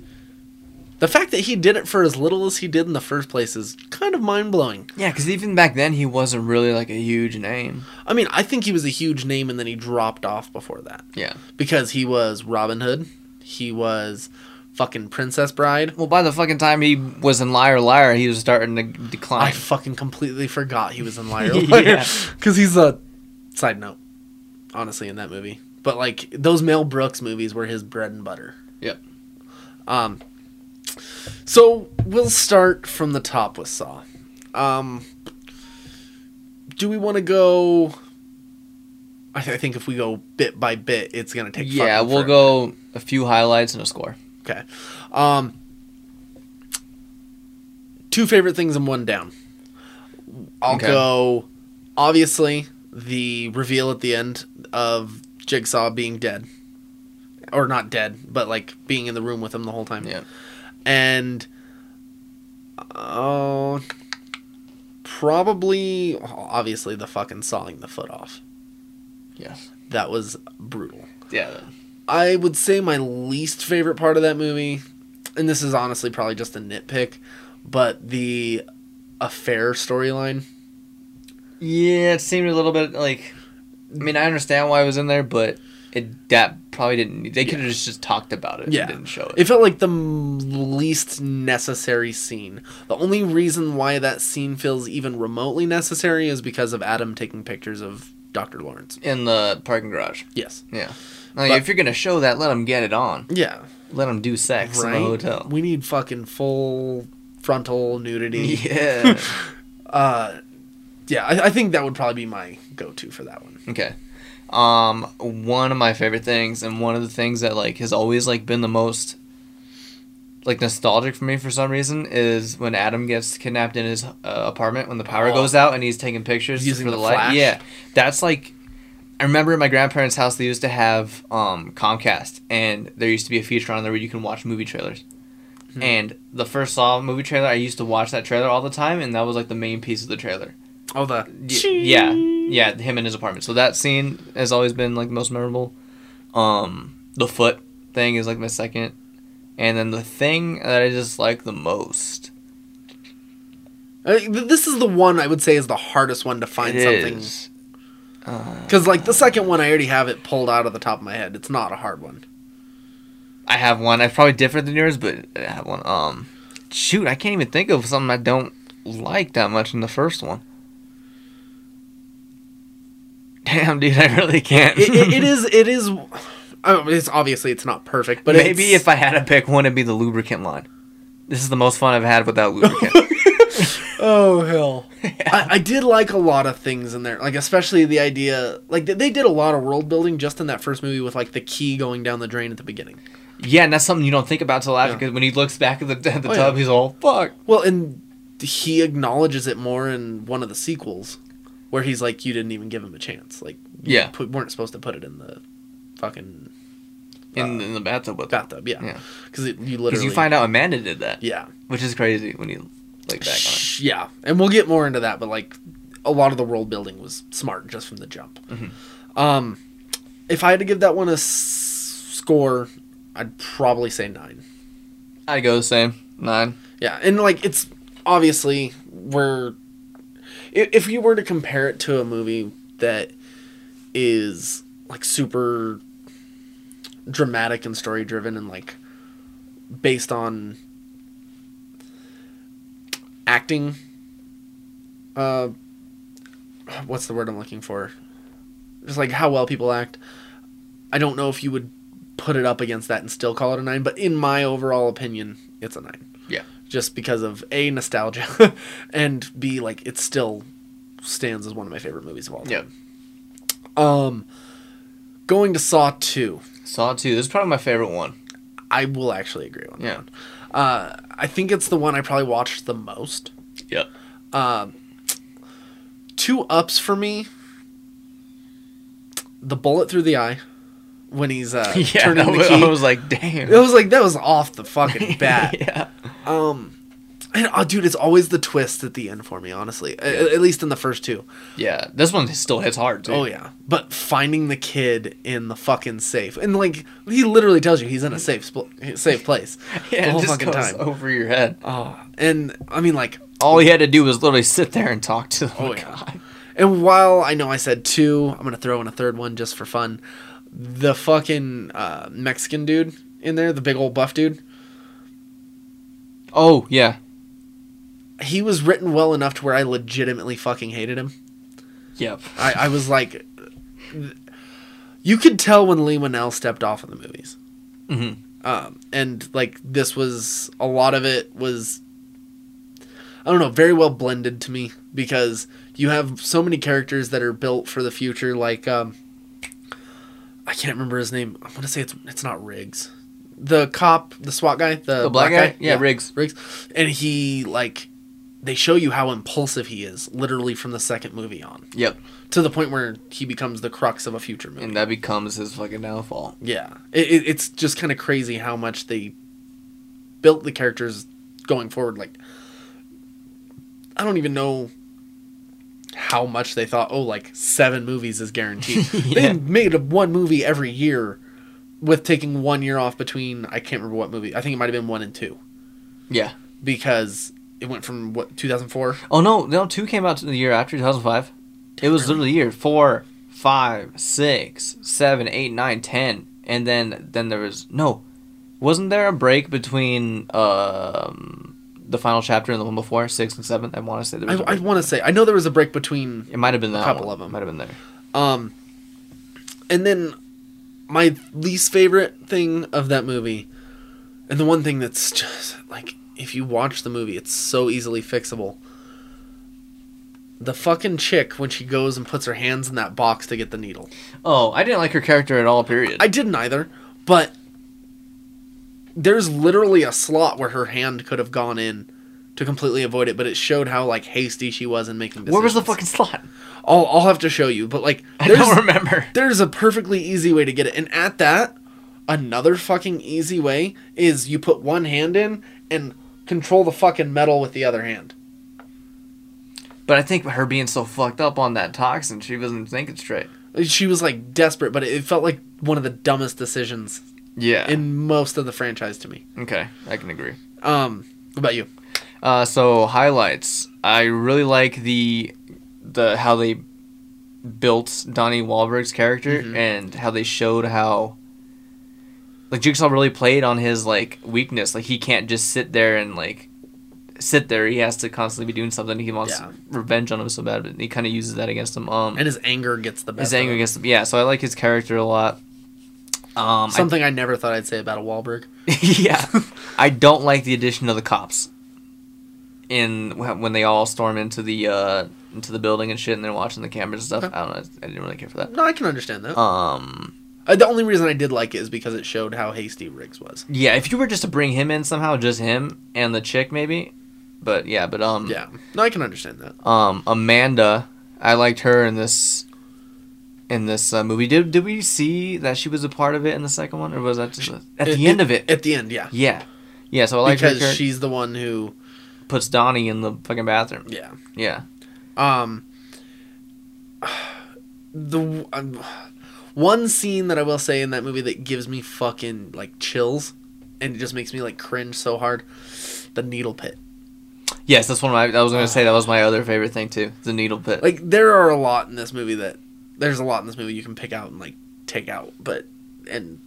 Speaker 2: the fact that he did it for as little as he did in the first place is kind of mind blowing.
Speaker 1: Yeah, because even back then he wasn't really like a huge name.
Speaker 2: I mean, I think he was a huge name and then he dropped off before that
Speaker 1: Yeah.
Speaker 2: because he was Robin Hood, he was fucking Princess Bride.
Speaker 1: Well, by the fucking time he was in Liar Liar, he was starting to decline.
Speaker 2: I fucking completely forgot he
Speaker 1: [LAUGHS]
Speaker 2: was in Liar
Speaker 1: Yeah.
Speaker 2: Because he's a side note, honestly, in that movie. But like those Mel Brooks movies were his bread and butter.
Speaker 1: yep.
Speaker 2: Um, so we'll start from the top with Saw. Um, do we want to go? I, th- I think if we go bit by bit, it's gonna take.
Speaker 1: Yeah,
Speaker 2: fucking
Speaker 1: we'll
Speaker 2: forever.
Speaker 1: go a few highlights and a score.
Speaker 2: Okay. Um, two favorite things and one down. I'll
Speaker 1: Okay.
Speaker 2: go, obviously, the reveal at the end of Jigsaw being dead. Or not dead, but like being in the room with him the whole time.
Speaker 1: Yeah.
Speaker 2: And, oh, probably, obviously, the fucking sawing the foot off.
Speaker 1: Yes.
Speaker 2: That was brutal.
Speaker 1: Yeah.
Speaker 2: I would say my least favorite part of that movie, and this is honestly probably just a nitpick, but the affair storyline.
Speaker 1: Yeah, it seemed a little bit like. I mean, I understand why it was in there, but it that probably didn't. They could have just just talked about it. and
Speaker 2: Yeah.
Speaker 1: didn't show it.
Speaker 2: It felt like the m- least necessary scene. The only reason why that scene feels even remotely necessary is because of Adam taking pictures of Dr. Lawrence.
Speaker 1: in the parking garage.
Speaker 2: Yes.
Speaker 1: Yeah. Like,
Speaker 2: But-
Speaker 1: if you're gonna show that, let them get it on.
Speaker 2: Yeah.
Speaker 1: Let them do sex in
Speaker 2: Right?
Speaker 1: the hotel.
Speaker 2: We need fucking full frontal nudity.
Speaker 1: [LAUGHS] Yeah.
Speaker 2: [LAUGHS] Uh, yeah, I, I think that would probably be my go to for that one.
Speaker 1: Okay. Um, one of my favorite things, and one of the things that like has always like been the most like nostalgic for me for some reason is when Adam gets kidnapped in his uh, apartment when the power
Speaker 2: Oh.
Speaker 1: goes out and he's taking pictures
Speaker 2: Using
Speaker 1: for
Speaker 2: the
Speaker 1: the, light.
Speaker 2: flash?
Speaker 1: Yeah, that's like. I remember at my grandparents' house they used to have um, Comcast, and there used to be a feature on there where you can watch movie trailers.
Speaker 2: Hmm.
Speaker 1: And the first Saw movie trailer, I used to watch that trailer all the time, and that was like the main piece of the trailer.
Speaker 2: Oh, the.
Speaker 1: Y- yeah yeah him in his apartment so that scene has always been like the most memorable um the foot thing is like my second and then the thing that i just like the most
Speaker 2: I think Uh, th- this is the one I would say is the hardest one to find
Speaker 1: it
Speaker 2: something.
Speaker 1: is-
Speaker 2: Because, like, the second one, I already have it pulled out of the top of my head. It's not a hard one.
Speaker 1: [LAUGHS] i have one that's probably different than yours but i have one um shoot i can't even think of something i don't like that much in the first one damn dude i really can't
Speaker 2: It,
Speaker 1: [LAUGHS]
Speaker 2: it, it is. It is. I mean, it's obviously it's not perfect, but
Speaker 1: maybe
Speaker 2: it's,
Speaker 1: if [LAUGHS] i had to pick one it'd be the lubricant line this is the most fun i've had without lubricant
Speaker 2: [LAUGHS]
Speaker 1: [LAUGHS]
Speaker 2: Oh hell! [LAUGHS] I, I did like a lot of things in there, like especially the idea, like they, they did a lot of world building just in that first movie with like the key going down the drain at the beginning.
Speaker 1: Yeah, and that's something you don't think about till after.
Speaker 2: Yeah.
Speaker 1: Because when he looks back at the, at the
Speaker 2: Oh,
Speaker 1: tub,
Speaker 2: yeah.
Speaker 1: he's all fuck.
Speaker 2: Well, and he acknowledges it more in one of the sequels, where he's like, "You didn't even give him a chance. Like, you
Speaker 1: Yeah.
Speaker 2: put, weren't supposed to put it in the fucking
Speaker 1: In, in the bathtub with
Speaker 2: bathtub." Yeah,
Speaker 1: Yeah.
Speaker 2: because you
Speaker 1: Because
Speaker 2: literally
Speaker 1: you find out Amanda did that,
Speaker 2: yeah,
Speaker 1: which is crazy when you look back on it.
Speaker 2: Sh- yeah, and we'll get more into that, but like a lot of the world building was smart just from the jump.
Speaker 1: Mm-hmm.
Speaker 2: Um, if I had to give that one a s- score, I'd probably say nine.
Speaker 1: I go the same nine.
Speaker 2: Yeah, and like it's obviously we're i- if you were to compare it to a movie that is like super dramatic and story driven and like based on acting uh what's the word I'm looking for? Just like how well people act. I don't know if you would put it up against that and still call it a 9, but in my overall opinion, it's a 9
Speaker 1: Yeah,
Speaker 2: just because of a nostalgia [LAUGHS] and b like it still stands as one of my favorite movies of all
Speaker 1: yeah.
Speaker 2: time. Um going to Saw 2,
Speaker 1: Saw two. This is probably my favorite one.
Speaker 2: I will actually agree on
Speaker 1: Yeah.
Speaker 2: that. one. Uh I think it's the one I probably watched the most.
Speaker 1: Yep.
Speaker 2: Two ups for me. The bullet through the eye when he's uh
Speaker 1: [LAUGHS] [LAUGHS] Yeah,
Speaker 2: turning
Speaker 1: that
Speaker 2: the
Speaker 1: was-
Speaker 2: key.
Speaker 1: I was like, damn.
Speaker 2: it was like that was off the fucking bat.
Speaker 1: [LAUGHS] yeah.
Speaker 2: And, oh, dude, it's always the twist at the end for me, honestly. A- At, least in the first two.
Speaker 1: Yeah. This one still hits hard too.
Speaker 2: Oh yeah, but finding the kid in the fucking safe and like he literally tells you he's in a safe spl- safe place
Speaker 1: [LAUGHS] [LAUGHS] Yeah,
Speaker 2: the
Speaker 1: it
Speaker 2: whole
Speaker 1: just
Speaker 2: fucking
Speaker 1: goes
Speaker 2: time.
Speaker 1: over your head.
Speaker 2: Oh, and I mean like
Speaker 1: All he had to do was literally sit there and talk to the
Speaker 2: oh yeah.
Speaker 1: guy.
Speaker 2: And while I know I said two, I'm gonna throw in a third one just for fun. The fucking uh, Mexican dude in there, the big old buff dude,
Speaker 1: Oh yeah,
Speaker 2: he was written well enough to where I legitimately fucking hated him.
Speaker 1: yep.
Speaker 2: I, I was like, th- you could tell when Lee Winnell stepped off of the movies.
Speaker 1: Mhm.
Speaker 2: Um, and like this was a lot of it was, I don't know, very well blended to me because you have so many characters that are built for the future. Like, um, I can't remember his name. I want to say it's it's not Riggs, the cop, the SWAT guy, the,
Speaker 1: The black guy? Yeah, Riggs.
Speaker 2: Riggs, and he like. They show you how impulsive he is, literally from the second movie on
Speaker 1: Yep.
Speaker 2: to the point where he becomes the crux of a future movie.
Speaker 1: And that becomes his fucking downfall.
Speaker 2: yeah, it, it, it's just kind of crazy how much they built the characters going forward. Like, I don't even know how much they thought, oh, like seven movies is guaranteed.
Speaker 1: [LAUGHS]
Speaker 2: They
Speaker 1: Yeah.
Speaker 2: made a- one movie every year with taking one year off between, I can't remember what movie. I think it might have been one and two
Speaker 1: Yeah.
Speaker 2: because it went from what, 2004?
Speaker 1: Oh no, no, two came out the year after 2005. It was literally year four, five, six, seven, eight, nine, ten, and then then there was no, wasn't there a break between um the final chapter and the one before six and seven? I want to say there
Speaker 2: I,
Speaker 1: was. a
Speaker 2: I
Speaker 1: break.
Speaker 2: want to say, I know there was a break between
Speaker 1: it might have been that
Speaker 2: couple
Speaker 1: one.
Speaker 2: of 'em.
Speaker 1: Might have been there.
Speaker 2: Um, and then my least favorite thing of that movie, and the one thing that's just like, if you watch the movie, it's so easily fixable. The fucking chick when she goes and puts her hands in that box to get the needle.
Speaker 1: Oh, I didn't like her character at all. Period.
Speaker 2: I didn't either, but there's literally a slot where her hand could have gone in to completely avoid it, but it showed how like hasty she was in making decisions.
Speaker 1: Where was the fucking slot? [LAUGHS]
Speaker 2: I'll I'll have to show you, but like
Speaker 1: I
Speaker 2: there's-
Speaker 1: don't remember.
Speaker 2: there's a perfectly easy way to get it. And at that, another fucking easy way is you put one hand in and control the fucking metal with the other hand.
Speaker 1: But I think her being so fucked up on that toxin, she wasn't thinking straight.
Speaker 2: She was like desperate, but it felt like one of the dumbest decisions
Speaker 1: Yeah.
Speaker 2: in most of the franchise to me.
Speaker 1: okay, I can agree.
Speaker 2: Um, what about you?
Speaker 1: Uh, so highlights. I really like the the how they built Donnie Wahlberg's character
Speaker 2: Mm-hmm.
Speaker 1: and how they showed how like Jigsaw really played on his like weakness. Like he can't just sit there and like sit there. He has to constantly be doing something. He wants
Speaker 2: Yeah.
Speaker 1: revenge on him so bad, but he kind of uses that against him. Um,
Speaker 2: And his anger gets the best.
Speaker 1: his
Speaker 2: of
Speaker 1: anger
Speaker 2: him.
Speaker 1: against him. Yeah, so I like his character a lot. Um, I-
Speaker 2: something I never thought I'd say about a Wahlberg.
Speaker 1: [LAUGHS] yeah, I don't like the addition of the cops. In wh- when they all storm into the uh, into the building and shit, and they're watching the cameras and stuff. I don't know. I didn't really care for that.
Speaker 2: No, I can understand that.
Speaker 1: Um,
Speaker 2: Uh, the only reason I did like it is because it showed how hasty Riggs was.
Speaker 1: yeah, if you were just to bring him in somehow, just him and the chick maybe, but yeah, but um,
Speaker 2: Yeah, no, I can understand that.
Speaker 1: um, Amanda, I liked her in this. In this uh, movie, did did we see that she was a part of it in the second one, or was that just at the end of it?
Speaker 2: At the end, yeah,
Speaker 1: yeah, yeah. So I like her.
Speaker 2: because
Speaker 1: character.
Speaker 2: she's the one who,
Speaker 1: puts Donnie in the fucking bathroom.
Speaker 2: yeah.
Speaker 1: Yeah,
Speaker 2: Um, the um, one scene that I will say in that movie that gives me fucking like chills, and it just makes me like cringe so hard, the needle pit.
Speaker 1: Yes, that's one of my. I was gonna say that was my other favorite thing too. The needle pit.
Speaker 2: Like there are a lot in this movie that there's a lot in this movie you can pick out and like take out, but and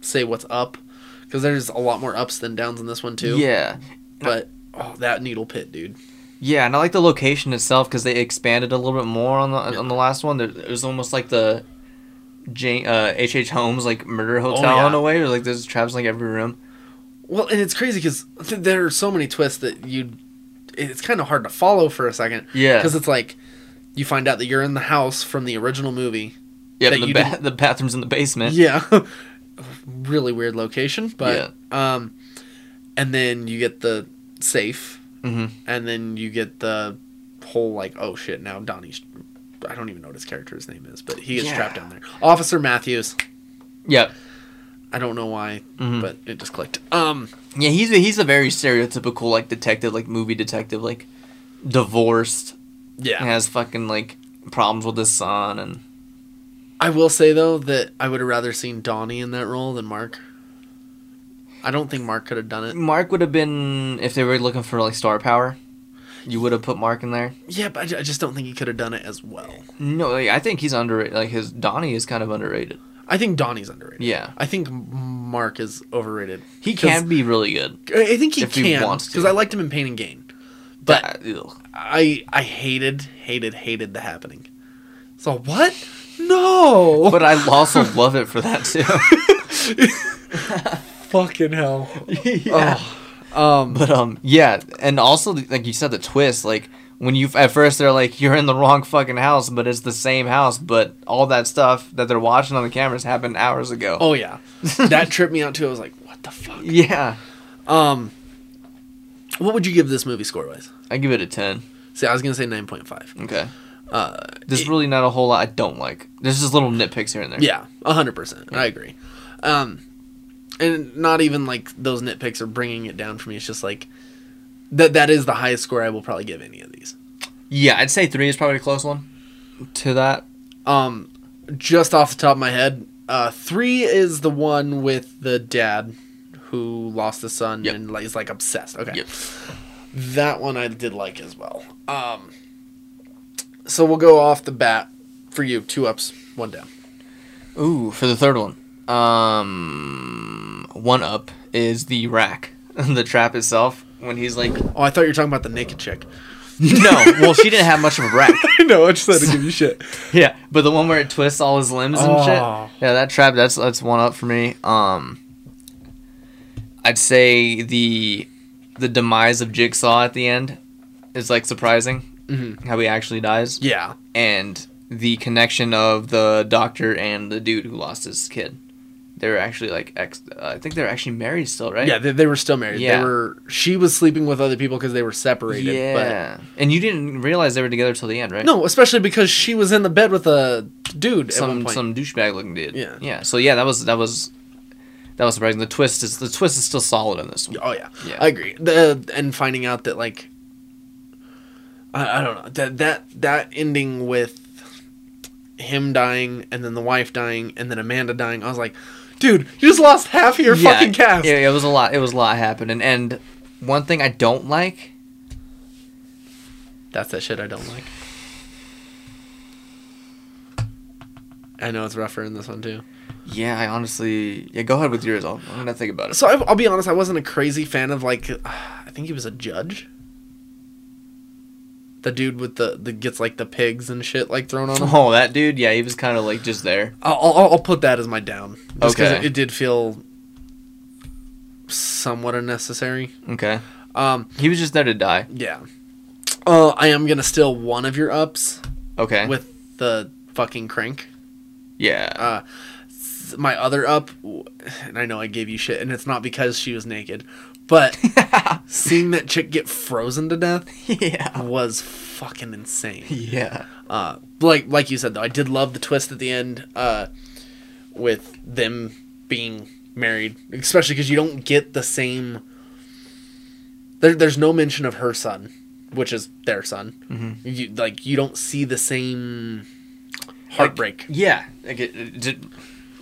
Speaker 2: say what's up because there's a lot more ups than downs in this one too.
Speaker 1: yeah,
Speaker 2: but oh, that needle pit, dude.
Speaker 1: yeah, and I like the location itself because they expanded a little bit more on the on the last one. There, it was almost like the, J, uh, H H Holmes like murder hotel
Speaker 2: Oh, yeah.
Speaker 1: in a way. Or like there's traps in, like every room.
Speaker 2: Well, and it's crazy because th- there are so many twists that you, it's kind of hard to follow for a second.
Speaker 1: Yeah.
Speaker 2: Because it's like, you find out that you're in the house from the original movie.
Speaker 1: Yeah,
Speaker 2: That
Speaker 1: the,
Speaker 2: you
Speaker 1: ba- the bathrooms in the basement.
Speaker 2: Yeah. [LAUGHS] really weird location, but um, and then you get the safe,
Speaker 1: hmm
Speaker 2: and then you get the whole like, oh shit, now Donnie's. I don't even know what his character's name is, but he is
Speaker 1: Yeah.
Speaker 2: trapped down there. Officer Matthews.
Speaker 1: Yeah,
Speaker 2: I don't know why,
Speaker 1: Mhm.
Speaker 2: but it just clicked. Um,
Speaker 1: yeah. He's a, he's a very stereotypical like detective, like movie detective, like divorced,
Speaker 2: yeah.
Speaker 1: has fucking like problems with his son, and
Speaker 2: I will say though that I would have rather seen Donnie in that role than Mark. I don't think Mark could have done it.
Speaker 1: Mark would have been if they were looking for like star power. You would have put Mark in there.
Speaker 2: Yeah, but I ju- I just don't think he could have done it as well.
Speaker 1: No, like, I think he's underrated. Like his Donnie is kind of underrated.
Speaker 2: I think Donnie's underrated.
Speaker 1: Yeah,
Speaker 2: I think M- Mark is overrated.
Speaker 1: he
Speaker 2: 'Cause-
Speaker 1: can be really good.
Speaker 2: I think he
Speaker 1: if he
Speaker 2: can
Speaker 1: wants to.
Speaker 2: because I liked him in Pain and Gain, but
Speaker 1: That- ugh.
Speaker 2: I I hated hated hated the happening. So what? No.
Speaker 1: but I [LAUGHS] also love it for that too.
Speaker 2: fucking hell.
Speaker 1: [LAUGHS] yeah.
Speaker 2: Oh, um.
Speaker 1: But um, yeah, and also like you said, the twist. Like when you at first they're like you're in the wrong fucking house, but it's the same house. But all that stuff that they're watching on the cameras happened hours ago.
Speaker 2: Oh yeah, that tripped me out too. I was like, what the fuck?
Speaker 1: Yeah,
Speaker 2: Um. What would you give this movie score wise?
Speaker 1: I give it a ten.
Speaker 2: See, I was gonna say nine point five.
Speaker 1: Okay. Uh, There's really not a whole lot I don't like. There's just little nitpicks here and there.
Speaker 2: Yeah, hundred percent. I agree. Um, and not even like those nitpicks are bringing it down for me. It's just like that. That is the highest score I will probably give any of these.
Speaker 1: Yeah, I'd say three is probably a close one to that.
Speaker 2: Um, just off the top of my head, uh, three is the one with the dad who lost the son
Speaker 1: Yep.
Speaker 2: and like, is like obsessed. Okay,
Speaker 1: Yep.
Speaker 2: that one I did like as well. Um, so we'll go off the bat for you. Two ups, one down.
Speaker 1: Ooh, for the third one. Um, one up is the rack, [LAUGHS] the trap itself. When he's like,
Speaker 2: Oh, I thought you were talking about the naked chick.
Speaker 1: no, well, she didn't have much of a rack.
Speaker 2: [LAUGHS] no, I just had to give you [LAUGHS] shit.
Speaker 1: [LAUGHS] Yeah, but the one where it twists all his limbs and
Speaker 2: Oh.
Speaker 1: shit. Yeah, that trap. That's that's one up for me. Um, I'd say the the demise of Jigsaw at the end is like surprising
Speaker 2: Mhm.
Speaker 1: how he actually dies,
Speaker 2: Yeah,
Speaker 1: and the connection of the doctor and the dude who lost his kid. They were actually like ex. uh, I think they're actually married still, right?
Speaker 2: yeah, they, they were still married.
Speaker 1: Yeah.
Speaker 2: They were. She was sleeping with other people because they were separated. But
Speaker 1: Yeah, and you didn't realize they were together till the end, right?
Speaker 2: No, especially because she was in the bed with a dude at one
Speaker 1: some
Speaker 2: point.
Speaker 1: some douchebag looking dude.
Speaker 2: Yeah.
Speaker 1: Yeah. So yeah, that was that was that was surprising. The twist is the twist is still solid on this one.
Speaker 2: Oh yeah,
Speaker 1: Yeah.
Speaker 2: I agree. The and finding out that like, I, I don't know that that that ending with him dying and then the wife dying and then Amanda dying. I was like, dude, you just lost half of your
Speaker 1: Yeah,
Speaker 2: fucking cast.
Speaker 1: It, it was a lot. It was a lot happening. And one thing I don't like.
Speaker 2: That's that shit I don't like. I know it's rougher in this one too.
Speaker 1: Yeah, I honestly. Yeah, go ahead with yours. I'll, I'm gonna think
Speaker 2: [LAUGHS]
Speaker 1: about it.
Speaker 2: So I, I'll be honest, I wasn't a crazy fan of like. [SIGHS] I think he was a judge. The dude with the that gets like the pigs and shit like thrown on him.
Speaker 1: Oh, that dude. Yeah, he was kind of like just there.
Speaker 2: I'll, I'll, I'll put that as my down. Just 'cause
Speaker 1: Okay.
Speaker 2: it, it did feel somewhat unnecessary.
Speaker 1: Okay.
Speaker 2: Um,
Speaker 1: He was just there to die.
Speaker 2: yeah. Uh, I am gonna steal one of your ups
Speaker 1: Okay.
Speaker 2: with the fucking crank.
Speaker 1: [LAUGHS] yeah.
Speaker 2: Uh, s- my other up, w- and I know I gave you shit, and it's not because she was naked, but
Speaker 1: [LAUGHS]
Speaker 2: seeing that chick get frozen to death
Speaker 1: yeah.
Speaker 2: was fucking insane.
Speaker 1: Yeah.
Speaker 2: Uh, like like you said though, I did love the twist at the end uh, with them being married, especially because you don't get the same. There, there's no mention of her son, which is their son. You like you don't see the same heartbreak.
Speaker 1: Yeah. Like it, it did-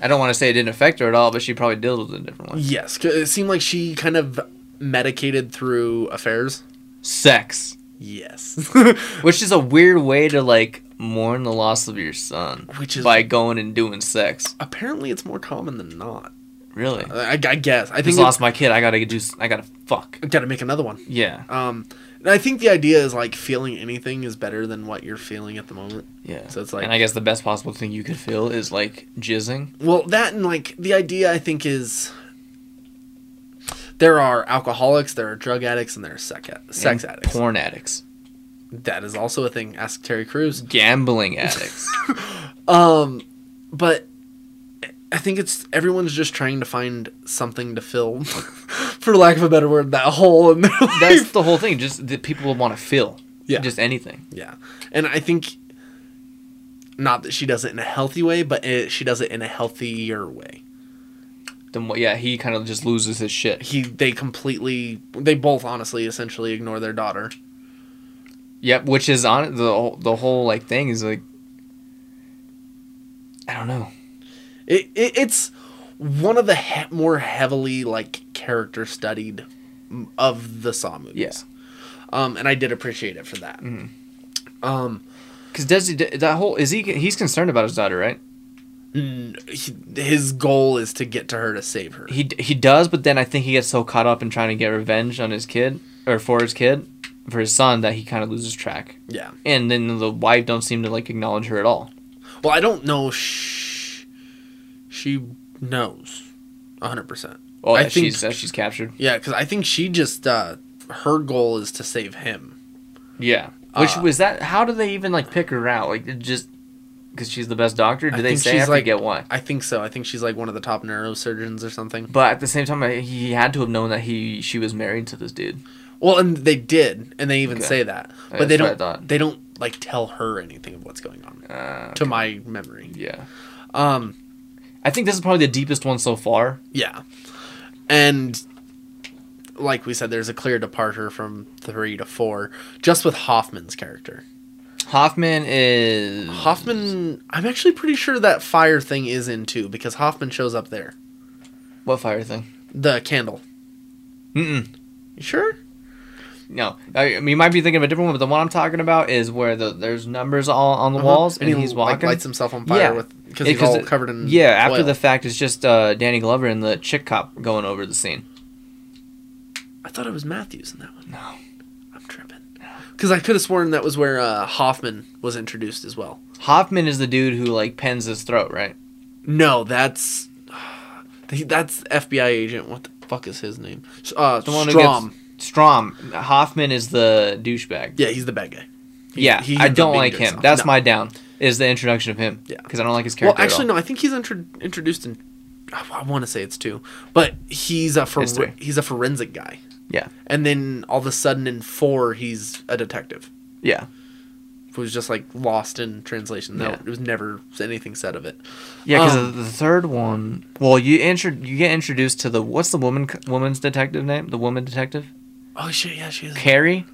Speaker 1: I don't want to say it didn't affect her at all, but she probably dealt with it in a different way.
Speaker 2: yes, 'cause it seemed like she kind of medicated through affairs.
Speaker 1: Sex.
Speaker 2: [LAUGHS] Yes,
Speaker 1: Which is a weird way to like mourn the loss of your son,
Speaker 2: Which is-
Speaker 1: by going and doing sex.
Speaker 2: apparently it's more common than not.
Speaker 1: Really, I
Speaker 2: I, I guess I think
Speaker 1: just lost my kid. I gotta do. s- I gotta fuck.
Speaker 2: got to make another one.
Speaker 1: Yeah,
Speaker 2: Um, and I think the idea is like feeling anything is better than what you're feeling at the moment.
Speaker 1: yeah.
Speaker 2: So it's like-
Speaker 1: and I guess the best possible thing you could feel is like jizzing.
Speaker 2: Well, that and like the idea I think is there are alcoholics, there are drug addicts, and there are sex, sex
Speaker 1: and
Speaker 2: addicts.
Speaker 1: porn addicts,
Speaker 2: That is also a thing. Ask Terry Crews. [LAUGHS]
Speaker 1: gambling addicts.
Speaker 2: Um, but I think it's everyone's just trying to find something to fill, [LAUGHS] for lack of a better word, that hole in their life.
Speaker 1: That's the whole thing. Just that people want to feel.
Speaker 2: Yeah.
Speaker 1: Just anything.
Speaker 2: Yeah, and I think not that she does it in a healthy way, but it, she does it in a healthier way.
Speaker 1: Then what? Yeah, he kind of just loses his shit.
Speaker 2: He they completely they both honestly essentially ignore their daughter.
Speaker 1: Yep. Which is on the whole- the whole like thing is like. I don't know.
Speaker 2: It, it it's one of the he- more heavily like character studied m- of the Saw movies.
Speaker 1: Yeah.
Speaker 2: Um, and I did appreciate it for that. Um,
Speaker 1: Because does he, that whole is he he's concerned about his daughter, right?
Speaker 2: n- he- his goal is to get to her to save her.
Speaker 1: He he does, but then I think he gets so caught up in trying to get revenge on his kid or for his kid, for his son, that he kind of loses track.
Speaker 2: yeah.
Speaker 1: And then the wife don't seem to like acknowledge her at all.
Speaker 2: Well, I don't know. She, she knows, hundred percent.
Speaker 1: Well,
Speaker 2: I
Speaker 1: that
Speaker 2: think-
Speaker 1: she's that she's captured.
Speaker 2: Yeah, because I think she just uh, her goal is to save him.
Speaker 1: Yeah. Which
Speaker 2: Uh,
Speaker 1: was that? How do they even like pick her out? Like it just because she's the best doctor? Do
Speaker 2: I
Speaker 1: they
Speaker 2: think
Speaker 1: say?
Speaker 2: she's
Speaker 1: I
Speaker 2: like-
Speaker 1: forget why.
Speaker 2: I think so. I think she's like one of the top neurosurgeons or something.
Speaker 1: But at the same time, I- he had to have known that he she was married to this dude.
Speaker 2: Well, and they did, and they even
Speaker 1: Okay.
Speaker 2: say that, but
Speaker 1: that's
Speaker 2: they
Speaker 1: what I
Speaker 2: don't.
Speaker 1: thought.
Speaker 2: They don't like tell her anything of what's going on.
Speaker 1: Uh,
Speaker 2: to my memory,
Speaker 1: yeah.
Speaker 2: um,
Speaker 1: I think this is probably the deepest one so far.
Speaker 2: yeah, and like we said, there's a clear departure from three to four, just with Hoffman's character.
Speaker 1: Hoffman is
Speaker 2: Hoffman, I'm actually pretty sure that fire thing is in too because Hoffman shows up there.
Speaker 1: what fire thing?
Speaker 2: The candle.
Speaker 1: Mm-mm.
Speaker 2: You sure?
Speaker 1: No, I, you might be thinking of a different one, but the one I'm talking about is where the there's numbers all on the
Speaker 2: Uh-huh.
Speaker 1: walls and, he's
Speaker 2: like,
Speaker 1: walking.
Speaker 2: lights himself on fire
Speaker 1: Yeah.
Speaker 2: with because
Speaker 1: Yeah,
Speaker 2: he's all
Speaker 1: 'cause it-
Speaker 2: covered in
Speaker 1: yeah, after
Speaker 2: oil.
Speaker 1: the fact, it's just uh, Danny Glover and the chick cop going over the scene.
Speaker 2: I thought it was Matthews in that one.
Speaker 1: No.
Speaker 2: I'm tripping. Because I could have sworn that was where uh, Hoffman was introduced as well.
Speaker 1: Hoffman is the dude who like pens his throat, right?
Speaker 2: No, that's [SIGHS] that's FBI agent. What the fuck is his name? Uh,
Speaker 1: The one who
Speaker 2: Strom.
Speaker 1: gets Strom. Hoffman is the douchebag.
Speaker 2: Yeah, he's the bad guy. He-
Speaker 1: yeah,
Speaker 2: he
Speaker 1: I
Speaker 2: ends up
Speaker 1: don't
Speaker 2: being
Speaker 1: like
Speaker 2: good
Speaker 1: him.
Speaker 2: stuff.
Speaker 1: That's
Speaker 2: No.
Speaker 1: my down. Is the introduction of him.
Speaker 2: Yeah.
Speaker 1: because I don't like his character.
Speaker 2: Well, actually, no. I think he's intro- introduced in. I, want to say it's two, but he's a for-
Speaker 1: It's three.
Speaker 2: he's a forensic guy,
Speaker 1: Yeah,
Speaker 2: and then all of a sudden in four he's a detective
Speaker 1: yeah.
Speaker 2: who was just like lost in translation. No,
Speaker 1: Yeah.
Speaker 2: it was never anything said of it.
Speaker 1: Yeah, because
Speaker 2: Um,
Speaker 1: the third one. Well, you intro you get introduced to the what's the woman c- woman's detective name? The woman detective
Speaker 2: Oh shit! Yeah, she is.
Speaker 1: Carrie.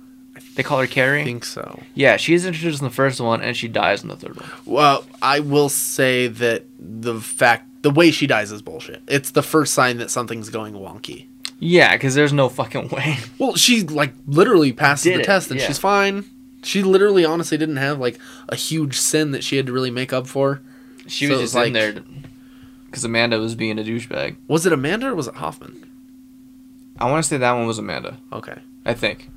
Speaker 1: They call her
Speaker 2: I
Speaker 1: Carrie.
Speaker 2: think so.
Speaker 1: yeah, she's introduced in the first one, and she dies in the third one.
Speaker 2: Well, I will say that the fact the way she dies is bullshit. It's the first sign that something's going wonky.
Speaker 1: Yeah, because there's no fucking [LAUGHS] way.
Speaker 2: Well, she like literally passes
Speaker 1: Did
Speaker 2: the
Speaker 1: it,
Speaker 2: test and
Speaker 1: yeah.
Speaker 2: she's fine. She literally honestly didn't have like a huge sin that she had to really make up for.
Speaker 1: She
Speaker 2: So
Speaker 1: was
Speaker 2: it
Speaker 1: just
Speaker 2: was like-
Speaker 1: in there because Amanda was being a douchebag.
Speaker 2: Was it Amanda or was it Hoffman?
Speaker 1: I want to say that one was Amanda.
Speaker 2: Okay.
Speaker 1: I think.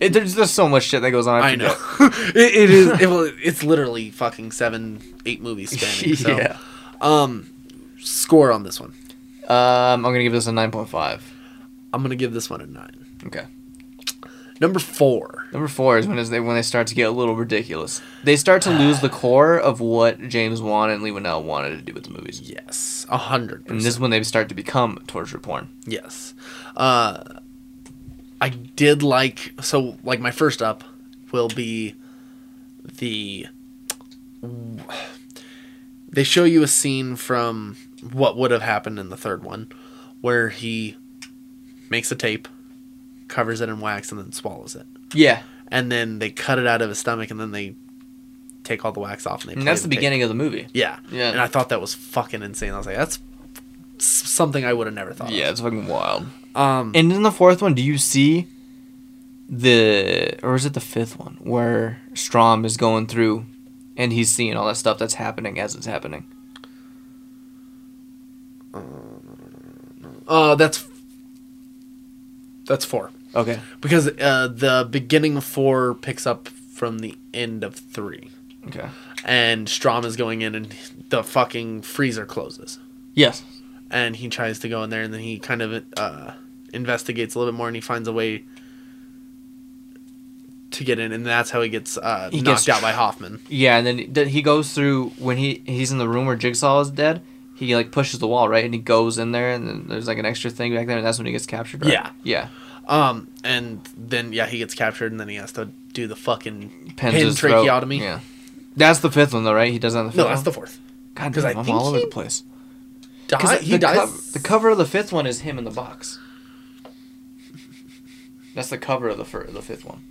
Speaker 1: It, there's just so much shit that goes on.
Speaker 2: I know. [LAUGHS] it, it is it, well, it's literally fucking 7 8
Speaker 1: [LAUGHS]
Speaker 2: movies spanning. So
Speaker 1: yeah.
Speaker 2: um score on this one.
Speaker 1: Um, I'm gonna give this a nine point five.
Speaker 2: I'm going to give this one a 9.
Speaker 1: Okay.
Speaker 2: Number 4.
Speaker 1: Number four is when is they when they start to get a little ridiculous. They start to lose [SIGHS] the core of what James Wan and Lee Winnell wanted to do with the movies.
Speaker 2: Yes. 100%.
Speaker 1: And this is when they start to become torture porn.
Speaker 2: Yes. Uh, I did like so like my first up will be the they show you a scene from what would have happened in the third one where he makes a tape, covers it in wax and then swallows it.
Speaker 1: Yeah,
Speaker 2: And then they cut it out of his stomach and then they take all the wax off and they
Speaker 1: and
Speaker 2: play
Speaker 1: that's the
Speaker 2: tape.
Speaker 1: beginning of the movie.
Speaker 2: Yeah.
Speaker 1: Yeah.
Speaker 2: And I thought that was fucking insane. I was like that's s- something I would have never thought.
Speaker 1: Yeah, it's fucking wild.
Speaker 2: Of. Um
Speaker 1: And in the fourth one, do you see the or is it the fifth one where Strom is going through and he's seeing all that stuff that's happening as it's happening?
Speaker 2: Uh, that's that's four
Speaker 1: Okay.
Speaker 2: because uh, the beginning of four picks up from the end of three,
Speaker 1: Okay.
Speaker 2: and Strom is going in, and the fucking freezer closes,
Speaker 1: Yes.
Speaker 2: and he tries to go in there, and then he kind of uh, investigates a little bit more, and he finds a way to get in, and that's how he gets uh,
Speaker 1: He
Speaker 2: knocked
Speaker 1: gets
Speaker 2: out
Speaker 1: tr-
Speaker 2: by Hoffman.
Speaker 1: Yeah, and then then he goes through when he he's in the room where Jigsaw is dead. He like pushes the wall right, and he goes in there, and then there's like an extra thing back there, and that's when he gets captured. Right?
Speaker 2: Yeah.
Speaker 1: yeah.
Speaker 2: Um, and then yeah, he gets captured, and then he has to do the fucking pin
Speaker 1: Pins his throat.
Speaker 2: tracheotomy.
Speaker 1: Yeah, that's the fifth one though, right? He does that. In the fifth
Speaker 2: No, that's
Speaker 1: one?
Speaker 2: the fourth.
Speaker 1: God
Speaker 2: 'cause
Speaker 1: damn,
Speaker 2: I
Speaker 1: I'm
Speaker 2: think
Speaker 1: all over
Speaker 2: he-
Speaker 1: the place.
Speaker 2: Die,
Speaker 1: the,
Speaker 2: he dies.
Speaker 1: cov- the cover of the fifth one is him in the box. That's the cover of the fir- the fifth one.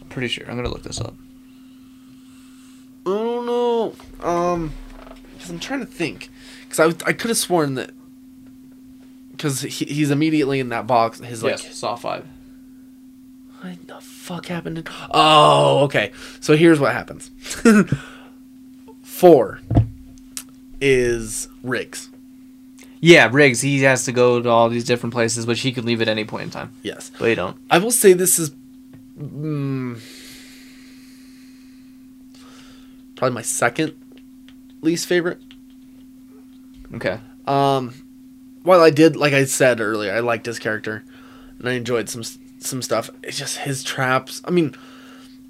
Speaker 1: I'm pretty sure. I'm gonna look this up.
Speaker 2: Oh no. Um, because I'm trying to think. Because I, I could have sworn that. Because he, he's immediately in that box. His like,
Speaker 1: yes, Saw five.
Speaker 2: what the fuck happened? In- oh, okay. So here's what happens. [LAUGHS] Four is Riggs.
Speaker 1: Yeah, Riggs. He has to go to all these different places, which he could leave at any point in time.
Speaker 2: Yes,
Speaker 1: But he don't.
Speaker 2: I will say this is. Mm, probably my second least favorite
Speaker 1: Okay.
Speaker 2: Um, while I did, like I said earlier, I liked his character, and I enjoyed some some stuff. It's just his traps. I mean,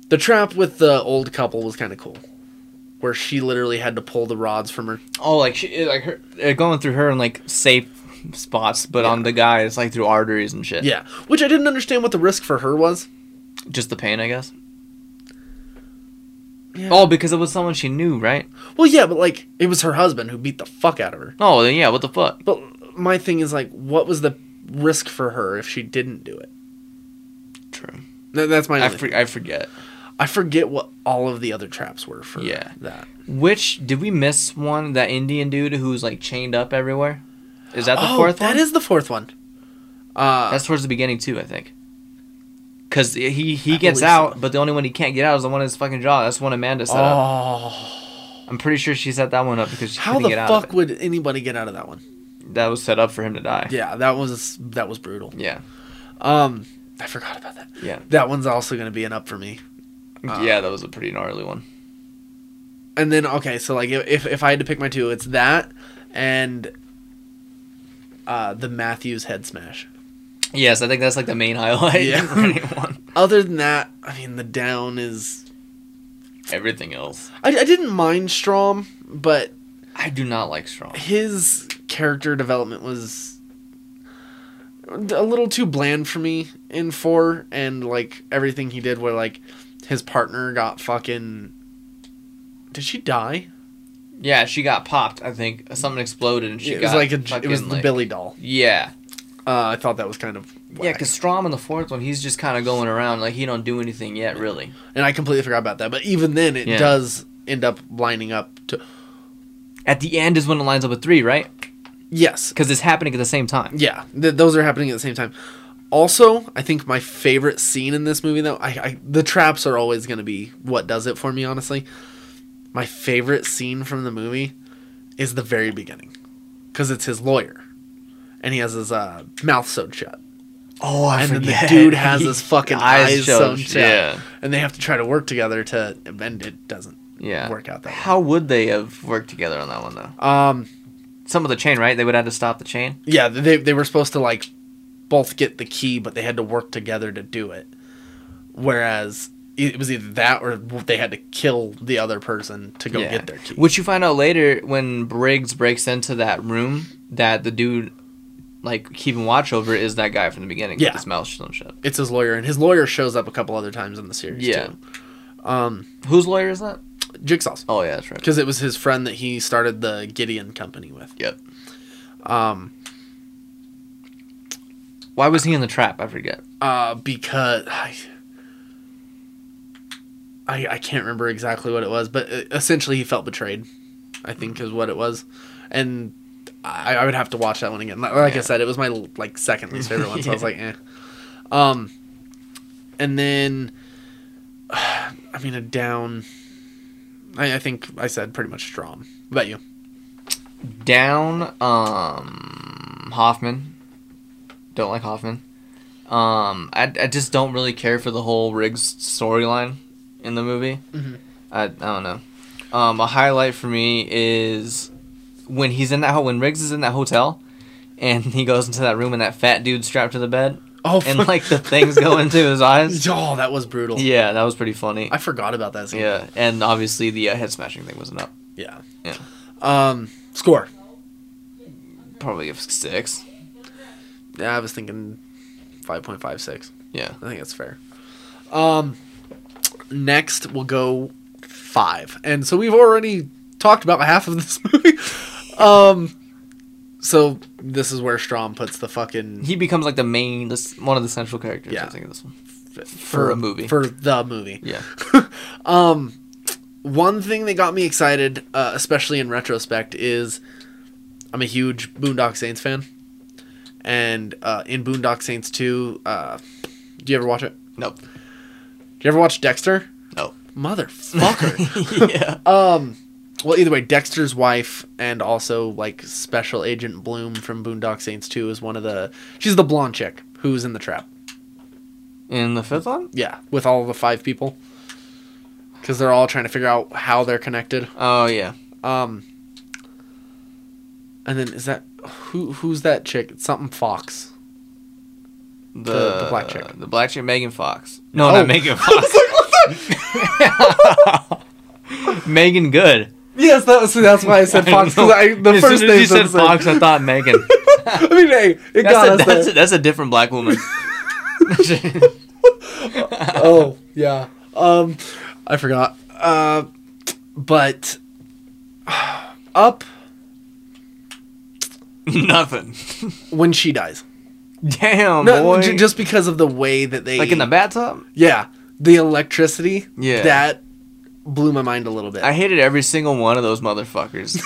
Speaker 2: the trap with the old couple was kind of cool, where she literally had to pull the rods from her.
Speaker 1: Oh, like she, it- like her uh, going through her in like safe spots, but on the guy it's like through arteries and shit.
Speaker 2: Yeah, which I didn't understand what the risk for her was.
Speaker 1: Just the pain, I guess.
Speaker 2: Yeah.
Speaker 1: Oh, because it was someone she knew, right?
Speaker 2: Well, yeah, but like it was her husband who beat the fuck out of her.
Speaker 1: Oh, then yeah. What the fuck?
Speaker 2: But my thing is like, what was the risk for her if she didn't do it?
Speaker 1: True.
Speaker 2: Th- that's my.
Speaker 1: I,
Speaker 2: only-
Speaker 1: for, I forget.
Speaker 2: I forget what all of the other traps were for.
Speaker 1: Yeah.
Speaker 2: That.
Speaker 1: Which did we miss one? That Indian dude who's like chained up everywhere. Is that the
Speaker 2: oh,
Speaker 1: fourth one?
Speaker 2: that is the fourth one. Uh,
Speaker 1: That's towards the beginning too, I think. Cause he he
Speaker 2: I
Speaker 1: gets
Speaker 2: believe
Speaker 1: out,
Speaker 2: so.
Speaker 1: but the only one he can't get out is the one in his fucking jaw. That's the one Amanda set up.
Speaker 2: oh,
Speaker 1: I'm pretty sure she set that one up because she
Speaker 2: how
Speaker 1: couldn't
Speaker 2: the
Speaker 1: get out.
Speaker 2: fuck
Speaker 1: Of
Speaker 2: would anybody get out of that one?
Speaker 1: it. That was set up for him to die.
Speaker 2: Yeah, that was that was brutal.
Speaker 1: Yeah,
Speaker 2: Um, I forgot about that.
Speaker 1: yeah,
Speaker 2: That one's also gonna be an up for me. Uh,
Speaker 1: yeah. That was a pretty gnarly one.
Speaker 2: And then okay, so like if if- if I had to pick my two, it's that and uh the Matthews head smash.
Speaker 1: Yes, I think that's like the main highlight. [LAUGHS]
Speaker 2: Yeah.
Speaker 1: for anyone.
Speaker 2: Other than that, I mean the down is
Speaker 1: Everything else,
Speaker 2: I, I didn't mind Strom, but
Speaker 1: I do not like strong.
Speaker 2: his character development was a little too bland for me in four and like everything he did where like his partner got fucking did she die?
Speaker 1: Yeah, she got popped. I think something exploded and she
Speaker 2: it was
Speaker 1: got
Speaker 2: like a, it
Speaker 1: fucking,
Speaker 2: was the
Speaker 1: like-
Speaker 2: Billy doll.
Speaker 1: Yeah,
Speaker 2: Uh, I thought that was kind of
Speaker 1: Yeah, 'cause yeah.
Speaker 2: whack.
Speaker 1: Because Strom in the fourth one, he's just kind of going around like he don't do anything yet, really.
Speaker 2: and I completely forgot about that. But even then, it
Speaker 1: Yeah.
Speaker 2: does end up lining up to
Speaker 1: At the end is when it lines up with three, right?
Speaker 2: yes,
Speaker 1: Because it's happening at the same time.
Speaker 2: yeah. Th- those are happening at the same time. Also, I think my favorite scene in this movie, though, I, I the traps are always going to be what does it for me. Honestly, my favorite scene from the movie is the very beginning because it's his lawyer, and he has his uh, mouth sewed shut.
Speaker 1: Oh, I
Speaker 2: and then the [LAUGHS]
Speaker 1: [LAUGHS]
Speaker 2: dude has his fucking eyes, sewn shut,
Speaker 1: Yeah,
Speaker 2: and they have to try to work together to, and it doesn't.
Speaker 1: yeah.
Speaker 2: Work out that way.
Speaker 1: How would they have worked together on that one though?
Speaker 2: Um,
Speaker 1: Some of the chain, right? They would have to stop the chain.
Speaker 2: Yeah, they they were supposed to like both get the key, but they had to work together to do it. Whereas e, it was either that or they had to kill the other person to go
Speaker 1: yeah.
Speaker 2: get their key.
Speaker 1: Which you find out later when Briggs breaks into that room that the dude, like keeping watch over, is that guy from the beginning.
Speaker 2: Yeah.
Speaker 1: with his mouth sewn shut.
Speaker 2: it's his lawyer, and his lawyer shows up a couple other times in the series.
Speaker 1: Yeah.
Speaker 2: too. Um,
Speaker 1: Whose lawyer is that?
Speaker 2: Jigsaw's
Speaker 1: Oh yeah, that's right.
Speaker 2: because it was his friend that he started the Gideon company with.
Speaker 1: Yep.
Speaker 2: Um,
Speaker 1: Why was he in the trap? I forget.
Speaker 2: uh, because I, I I can't remember exactly what it was, but uh, essentially he felt betrayed. I think is what it was, and I, I would have to watch that one again. Like, like
Speaker 1: Yeah.
Speaker 2: I said, it was my like second least favorite one, so I
Speaker 1: [LAUGHS]
Speaker 2: was
Speaker 1: Yeah.
Speaker 2: like, eh. Um, and then, [SIGHS] I mean, a down. I, I think I said pretty much Strom. What about you?
Speaker 1: Down. Um, Hoffman. Don't like Hoffman. Um, I, I just don't really care for the whole Riggs storyline in the movie.
Speaker 2: Mhm.
Speaker 1: I, I don't know. Um, a highlight for me is when he's in that ho- when Riggs is in that hotel, and he goes into that room and that fat dude strapped to the bed
Speaker 2: Oh, [LAUGHS]
Speaker 1: and
Speaker 2: fuck.
Speaker 1: like the things go into
Speaker 2: [LAUGHS]
Speaker 1: his eyes.
Speaker 2: oh, that was brutal.
Speaker 1: Yeah, that was pretty funny.
Speaker 2: I forgot about that scene.
Speaker 1: Yeah, and obviously the uh, head smashing thing wasn't up.
Speaker 2: yeah.
Speaker 1: Yeah.
Speaker 2: Um, score.
Speaker 1: Probably a six.
Speaker 2: Yeah, I was thinking 5.56.
Speaker 1: Yeah.
Speaker 2: I think that's fair. Um, next, we'll go five. And so we've already talked about half of this [LAUGHS] movie. um, so this is where Strom puts the
Speaker 1: [LAUGHS]
Speaker 2: fucking.
Speaker 1: He becomes like the main, this one of the central characters. I
Speaker 2: Yeah.
Speaker 1: think of this one.
Speaker 2: For,
Speaker 1: a movie.
Speaker 2: For the movie.
Speaker 1: Yeah.
Speaker 2: One thing that got me excited, uh, especially in retrospect, is I'm a huge Boondock Saints fan. And uh, in Boondock Saints 2, uh, do you ever watch it?
Speaker 1: Nope.
Speaker 2: Do you ever watch Dexter?
Speaker 1: [LAUGHS] No.
Speaker 2: Motherfucker.
Speaker 1: [LAUGHS] yeah.
Speaker 2: [LAUGHS] um, well, either way, Dexter's wife and also like Special Agent Bloom from Boondock Saints 2 is one of the. She's the blonde chick who's in the trap.
Speaker 1: In the fifth one?
Speaker 2: Yeah, with all the five people. Because they're all trying to figure out how they're connected.
Speaker 1: Oh yeah.
Speaker 2: Um, and then is that who? Who's that chick? It's something
Speaker 1: [LAUGHS]
Speaker 2: Fox.
Speaker 1: The,
Speaker 2: the black chick.
Speaker 1: The black chick, Megan Fox. No,
Speaker 2: Oh.
Speaker 1: not Megan Fox. [LAUGHS] Megan Good.
Speaker 2: Yes, that was, that's why I
Speaker 1: [LAUGHS]
Speaker 2: said Fox. Because I, the
Speaker 1: as
Speaker 2: first
Speaker 1: soon as
Speaker 2: name
Speaker 1: you said Fox, I thought Megan.
Speaker 2: [LAUGHS] I mean, hey, it got
Speaker 1: That's a,
Speaker 2: us
Speaker 1: that's, a,
Speaker 2: there.
Speaker 1: that's a different black woman. [LAUGHS]
Speaker 2: Oh yeah. Um, I forgot. Uh, but up
Speaker 1: Nothing.
Speaker 2: when she dies.
Speaker 1: Damn,
Speaker 2: No,
Speaker 1: boy.
Speaker 2: j- just because of the way that they
Speaker 1: like in the bathtub.
Speaker 2: yeah the electricity
Speaker 1: Yeah.
Speaker 2: that blew my mind a little [LAUGHS] bit.
Speaker 1: I [LAUGHS] hated every single one of those motherfuckers.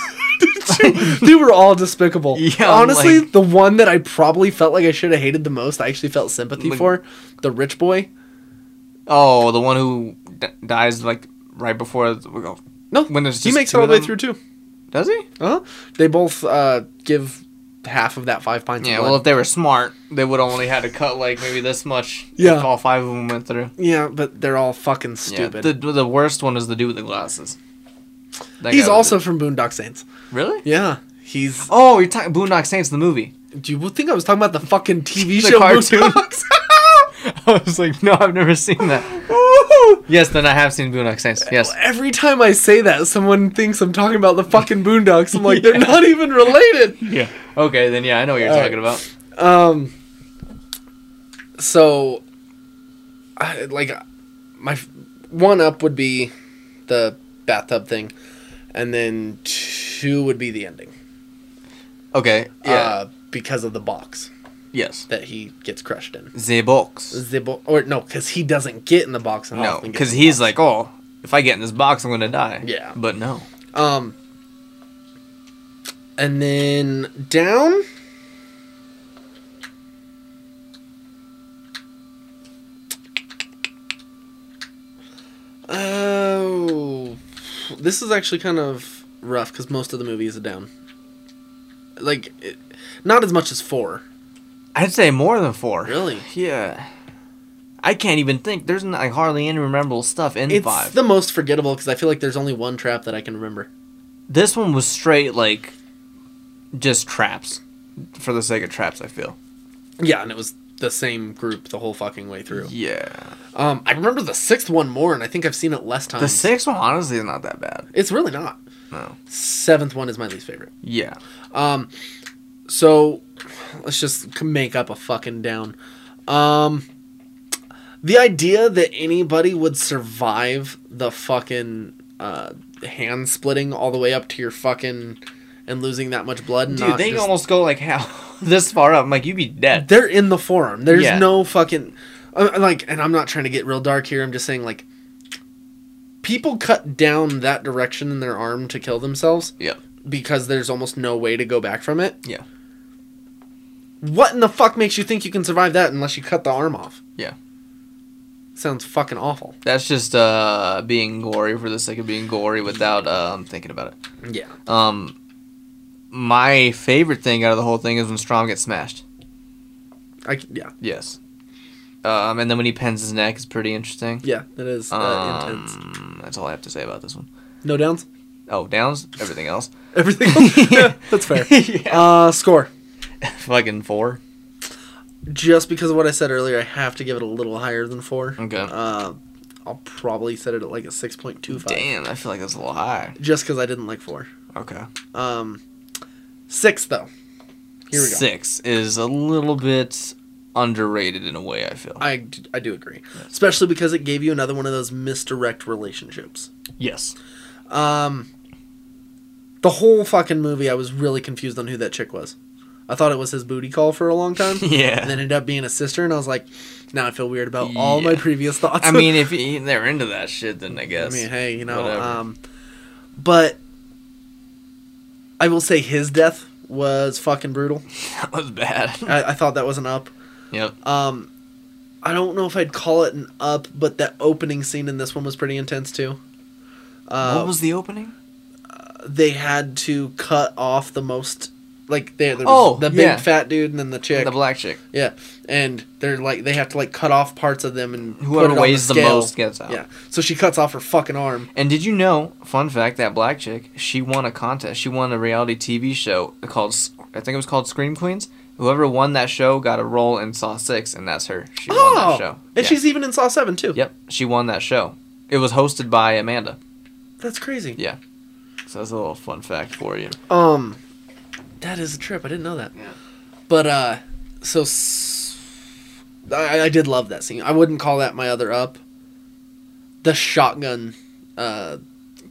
Speaker 2: they were all despicable.
Speaker 1: Yeah, I'm
Speaker 2: Honestly,
Speaker 1: like-
Speaker 2: the one that I probably felt like I should have hated the most, I actually felt sympathy
Speaker 1: Like-
Speaker 2: for, the rich boy.
Speaker 1: oh, the one who d- dies like right before the- we go.
Speaker 2: No,
Speaker 1: When there's
Speaker 2: he
Speaker 1: just
Speaker 2: makes it
Speaker 1: two
Speaker 2: all
Speaker 1: of
Speaker 2: the way
Speaker 1: them?
Speaker 2: through too.
Speaker 1: Does he?
Speaker 2: Uh huh. They both uh, give half of that five pints.
Speaker 1: Yeah.
Speaker 2: Of
Speaker 1: Well, if
Speaker 2: blood.
Speaker 1: they were smart, they would only had to cut like maybe this much.
Speaker 2: Yeah.
Speaker 1: If all five of them went through.
Speaker 2: yeah, but they're all fucking
Speaker 1: Yeah.
Speaker 2: stupid.
Speaker 1: The the worst one is the dude with the glasses. That guy
Speaker 2: He's
Speaker 1: was-
Speaker 2: also from Boondock Saints.
Speaker 1: really.
Speaker 2: Yeah, he's.
Speaker 1: Oh, you're talking Boondock Saints, the movie.
Speaker 2: Do you think I was talking about the
Speaker 1: [LAUGHS]
Speaker 2: fucking TV
Speaker 1: The
Speaker 2: show
Speaker 1: cartoon. [LAUGHS]
Speaker 2: Boondocks?
Speaker 1: [LAUGHS] I was like, no, I've never seen that.
Speaker 2: Woo!
Speaker 1: Yes, then I have seen Boondock Saints. Yes.
Speaker 2: Every time I say that, someone thinks I'm talking about the fucking Boondocks. I'm
Speaker 1: [LAUGHS]
Speaker 2: like, they're
Speaker 1: Yeah.
Speaker 2: not even related.
Speaker 1: Yeah. Okay, then yeah, I know what you're
Speaker 2: All right.
Speaker 1: talking about.
Speaker 2: Um. So, I, like, my f- one up would be the bathtub thing, and then two would be the ending.
Speaker 1: Okay. Yeah.
Speaker 2: Uh, because of the box
Speaker 1: yes.
Speaker 2: that he gets crushed in.
Speaker 1: The box.
Speaker 2: The bo- or no, because he doesn't get in the box. And
Speaker 1: No,
Speaker 2: Hoffman gets
Speaker 1: because
Speaker 2: in the
Speaker 1: he's
Speaker 2: box.
Speaker 1: like, oh, if I get in this box, I'm gonna die.
Speaker 2: Yeah.
Speaker 1: But no.
Speaker 2: um. And then down. Oh, this is actually kind of rough because most of the movie is a down. Like, it, not as much as four.
Speaker 1: I'd say more than four.
Speaker 2: Really?
Speaker 1: Yeah. I can't even think. There's not, like hardly any memorable stuff in
Speaker 2: It's
Speaker 1: five.
Speaker 2: the most forgettable because I feel like there's only one trap that I can remember.
Speaker 1: this one was straight like, just traps, for the sake of traps. I feel.
Speaker 2: Yeah, and it was the same group the whole fucking way through.
Speaker 1: Yeah.
Speaker 2: Um, I remember the sixth one more, and I think I've seen it less times.
Speaker 1: The sixth one honestly is not that bad.
Speaker 2: It's really not.
Speaker 1: No.
Speaker 2: Seventh one is my least favorite.
Speaker 1: Yeah.
Speaker 2: Um, so let's just c- make up a fucking down. Um, the idea that anybody would survive the fucking uh, hand splitting all the way up to your fucking and losing that much blood. and
Speaker 1: Dude,
Speaker 2: not
Speaker 1: they
Speaker 2: just-
Speaker 1: almost go like how [LAUGHS] this far up. I'm like, you'd be dead.
Speaker 2: they're in the forum. There's
Speaker 1: Yeah.
Speaker 2: no fucking uh, like, and I'm not trying to get real dark here. I'm just saying like, people cut down that direction in their arm to kill themselves
Speaker 1: Yep.
Speaker 2: because there's almost no way to go back from it.
Speaker 1: Yeah.
Speaker 2: What in the fuck makes you think you can survive that unless you cut the arm off?
Speaker 1: Yeah.
Speaker 2: Sounds fucking awful.
Speaker 1: That's just uh being gory for the sake of being gory without um thinking about it.
Speaker 2: Yeah.
Speaker 1: Um my favorite thing out of the whole thing is when Strom gets smashed.
Speaker 2: I c- yeah.
Speaker 1: Yes. Um and then when he pins his neck is pretty interesting.
Speaker 2: Yeah, that is uh, intense.
Speaker 1: Um, that's all I have to say about this one.
Speaker 2: No downs?
Speaker 1: Oh, downs, everything else. [LAUGHS]
Speaker 2: Everything [LAUGHS] else? yeah, that's fair.
Speaker 1: Yeah.
Speaker 2: Uh score.
Speaker 1: Fucking four.
Speaker 2: Just because of what I said earlier, I have to give it a little higher than 4.
Speaker 1: Okay.
Speaker 2: Uh, I'll probably set it at like a 6.25.
Speaker 1: Damn, I feel like that's a little high.
Speaker 2: Just because I didn't like 4.
Speaker 1: Okay.
Speaker 2: Um, 6, though. Here we go.
Speaker 1: Six is a little bit underrated in a way, I feel.
Speaker 2: I, d- I do agree. Especially because it gave you another one of those misdirect relationships.
Speaker 1: yes.
Speaker 2: Um, the whole fucking movie, I was really confused on who that chick was. I thought it was his booty call for a long time.
Speaker 1: [LAUGHS] [LAUGHS] Yeah.
Speaker 2: And then ended up being a sister, and I was like, now I feel weird about all my
Speaker 1: Yeah.
Speaker 2: previous thoughts.
Speaker 1: I mean, if he- they're into that shit, then I
Speaker 2: I
Speaker 1: guess.
Speaker 2: mean, hey, you know,
Speaker 1: Whatever.
Speaker 2: um, but I will say his death was fucking brutal.
Speaker 1: [LAUGHS] that was bad.
Speaker 2: [LAUGHS] I, I thought that was an up.
Speaker 1: yep.
Speaker 2: Um, I don't know if I'd call it an up, but that opening scene in this one was pretty intense too. Uh,
Speaker 1: what was the opening?
Speaker 2: they had to cut off the most, like there, there was
Speaker 1: Oh,
Speaker 2: the big
Speaker 1: yeah.
Speaker 2: fat dude and then the chick,
Speaker 1: The black chick.
Speaker 2: yeah, and they're like they have to like cut off parts of them and put
Speaker 1: Whoever
Speaker 2: it on
Speaker 1: weighs the,
Speaker 2: scale.
Speaker 1: most gets out.
Speaker 2: Yeah, so she cuts off her fucking arm.
Speaker 1: And did you know, fun fact, that black chick, she won a contest. She won a reality TV show called, S- I think it was called Scream Queens. Whoever won that show got a role in Saw 6, and that's her. She won
Speaker 2: Oh,
Speaker 1: that show.
Speaker 2: and
Speaker 1: Yeah.
Speaker 2: she's even in Saw Seven too.
Speaker 1: Yep, she won that show. It was hosted by Amanda.
Speaker 2: That's crazy.
Speaker 1: Yeah. So that's a little fun fact for you.
Speaker 2: Um, that is a trip. I didn't know that.
Speaker 1: Yeah.
Speaker 2: But uh, so s- I, I did love that scene. I wouldn't call that my other up. The shotgun uh,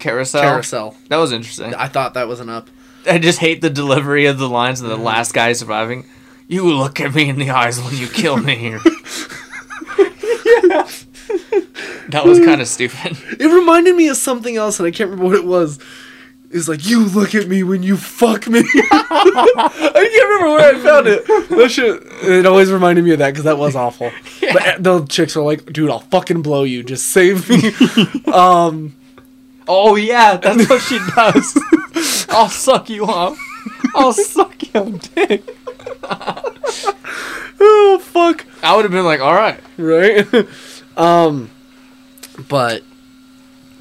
Speaker 1: Carousel.
Speaker 2: carousel.
Speaker 1: That was interesting.
Speaker 2: I thought that was an up.
Speaker 1: I just hate the delivery of the lines and the last guy surviving. You look at me in the eyes when you
Speaker 2: [LAUGHS]
Speaker 1: kill me. That was kind of stupid.
Speaker 2: It reminded me of something else, and I can't remember what it was. It's like you look at me when you fuck me. [LAUGHS] I can't remember where I found it. That shit. It always reminded me of that because that was awful. But eh, the chicks were like, "Dude, I'll fucking blow you. Just save me." um,
Speaker 1: Oh yeah, that's what she does.
Speaker 2: [LAUGHS]
Speaker 1: I'll suck you off. I'll suck your dick.
Speaker 2: oh fuck.
Speaker 1: I would have been like, all right.
Speaker 2: right? [LAUGHS] um, but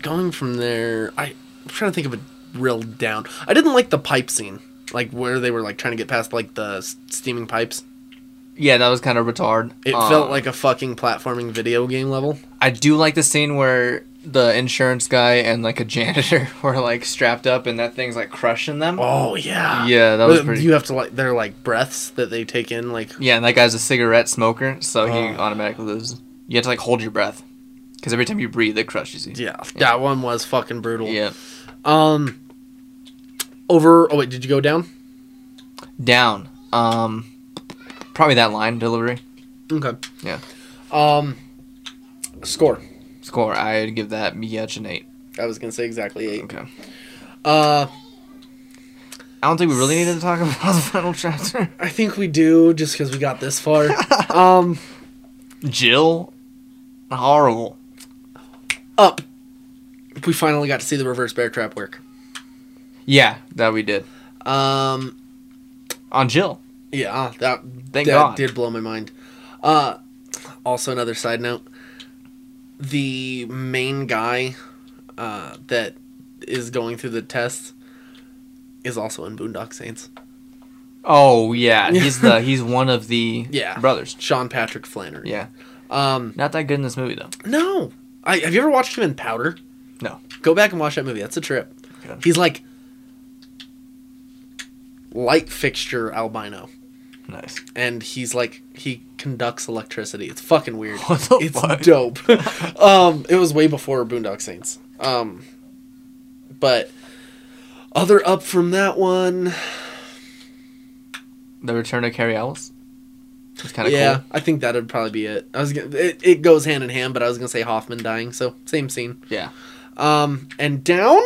Speaker 2: going from there, I, I'm trying to think of a real down. I didn't like the pipe scene, like where they were like trying to get past like the s- steaming pipes.
Speaker 1: Yeah, that was kind of retarded.
Speaker 2: It
Speaker 1: Um,
Speaker 2: felt like a fucking platforming video game level.
Speaker 1: I do like the scene where the insurance guy and like a janitor [LAUGHS] were like strapped up and that thing's like crushing them.
Speaker 2: Oh yeah,
Speaker 1: Yeah, that was
Speaker 2: But
Speaker 1: pretty-
Speaker 2: You have to like their like breaths that they take in, like
Speaker 1: Yeah, and that guy's a cigarette smoker, so he
Speaker 2: Oh.
Speaker 1: automatically loses. You have to like hold your breath because every time you breathe, it crushes you.
Speaker 2: yeah, that one was fucking brutal.
Speaker 1: Yeah.
Speaker 2: Um. Over. Oh wait, did you go down?
Speaker 1: Down. Um, probably that line delivery
Speaker 2: Okay.
Speaker 1: Yeah.
Speaker 2: Um. Score.
Speaker 1: score. I'd give that Miech an eight.
Speaker 2: I was gonna say exactly eight.
Speaker 1: Okay.
Speaker 2: Uh.
Speaker 1: I don't think we really needed to talk [LAUGHS] about the final chapter.
Speaker 2: I think we do just because we got this far. um,
Speaker 1: Jill, horrible.
Speaker 2: up. We finally got to see the reverse bear trap work.
Speaker 1: Yeah, that we did
Speaker 2: Um,
Speaker 1: on Jill.
Speaker 2: yeah, ah, that
Speaker 1: Thank
Speaker 2: that
Speaker 1: God.
Speaker 2: did blow my mind. Uh, also another side note: the main guy uh, that is going through the test is also in Boondock Saints.
Speaker 1: Oh yeah, he's the he's one of the
Speaker 2: [LAUGHS] Yeah.
Speaker 1: brothers.
Speaker 2: Sean Patrick Flannery.
Speaker 1: Yeah,
Speaker 2: Um,
Speaker 1: not that good in this movie though.
Speaker 2: no, I have you ever watched him in Powder?
Speaker 1: No.
Speaker 2: Go back and watch that movie. That's a trip.
Speaker 1: Okay.
Speaker 2: He's like light fixture albino,
Speaker 1: Nice.
Speaker 2: and he's like he conducts electricity. It's fucking weird.
Speaker 1: [LAUGHS] What the
Speaker 2: it's
Speaker 1: fuck? [LAUGHS]
Speaker 2: dope. um, it was way before Boondock Saints. Um, but other up from that one,
Speaker 1: The Return of Carrie Ellis. It's kind of
Speaker 2: yeah,
Speaker 1: cool.
Speaker 2: I think that'd probably be it. I was gonna, it, it goes hand in hand, but I was gonna say Hoffman dying, so same scene.
Speaker 1: Yeah.
Speaker 2: Um, and down,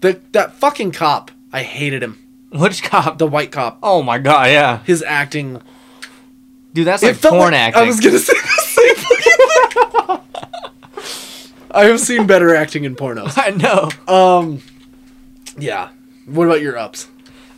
Speaker 2: the that fucking cop. I hated him.
Speaker 1: Which cop?
Speaker 2: The white cop.
Speaker 1: oh my god, yeah,
Speaker 2: His acting
Speaker 1: dude, that's like porn acting.
Speaker 2: I was gonna say the same fucking thing. [LAUGHS] I have seen better acting in pornos.
Speaker 1: [LAUGHS] I know.
Speaker 2: Um, yeah. What about your ups?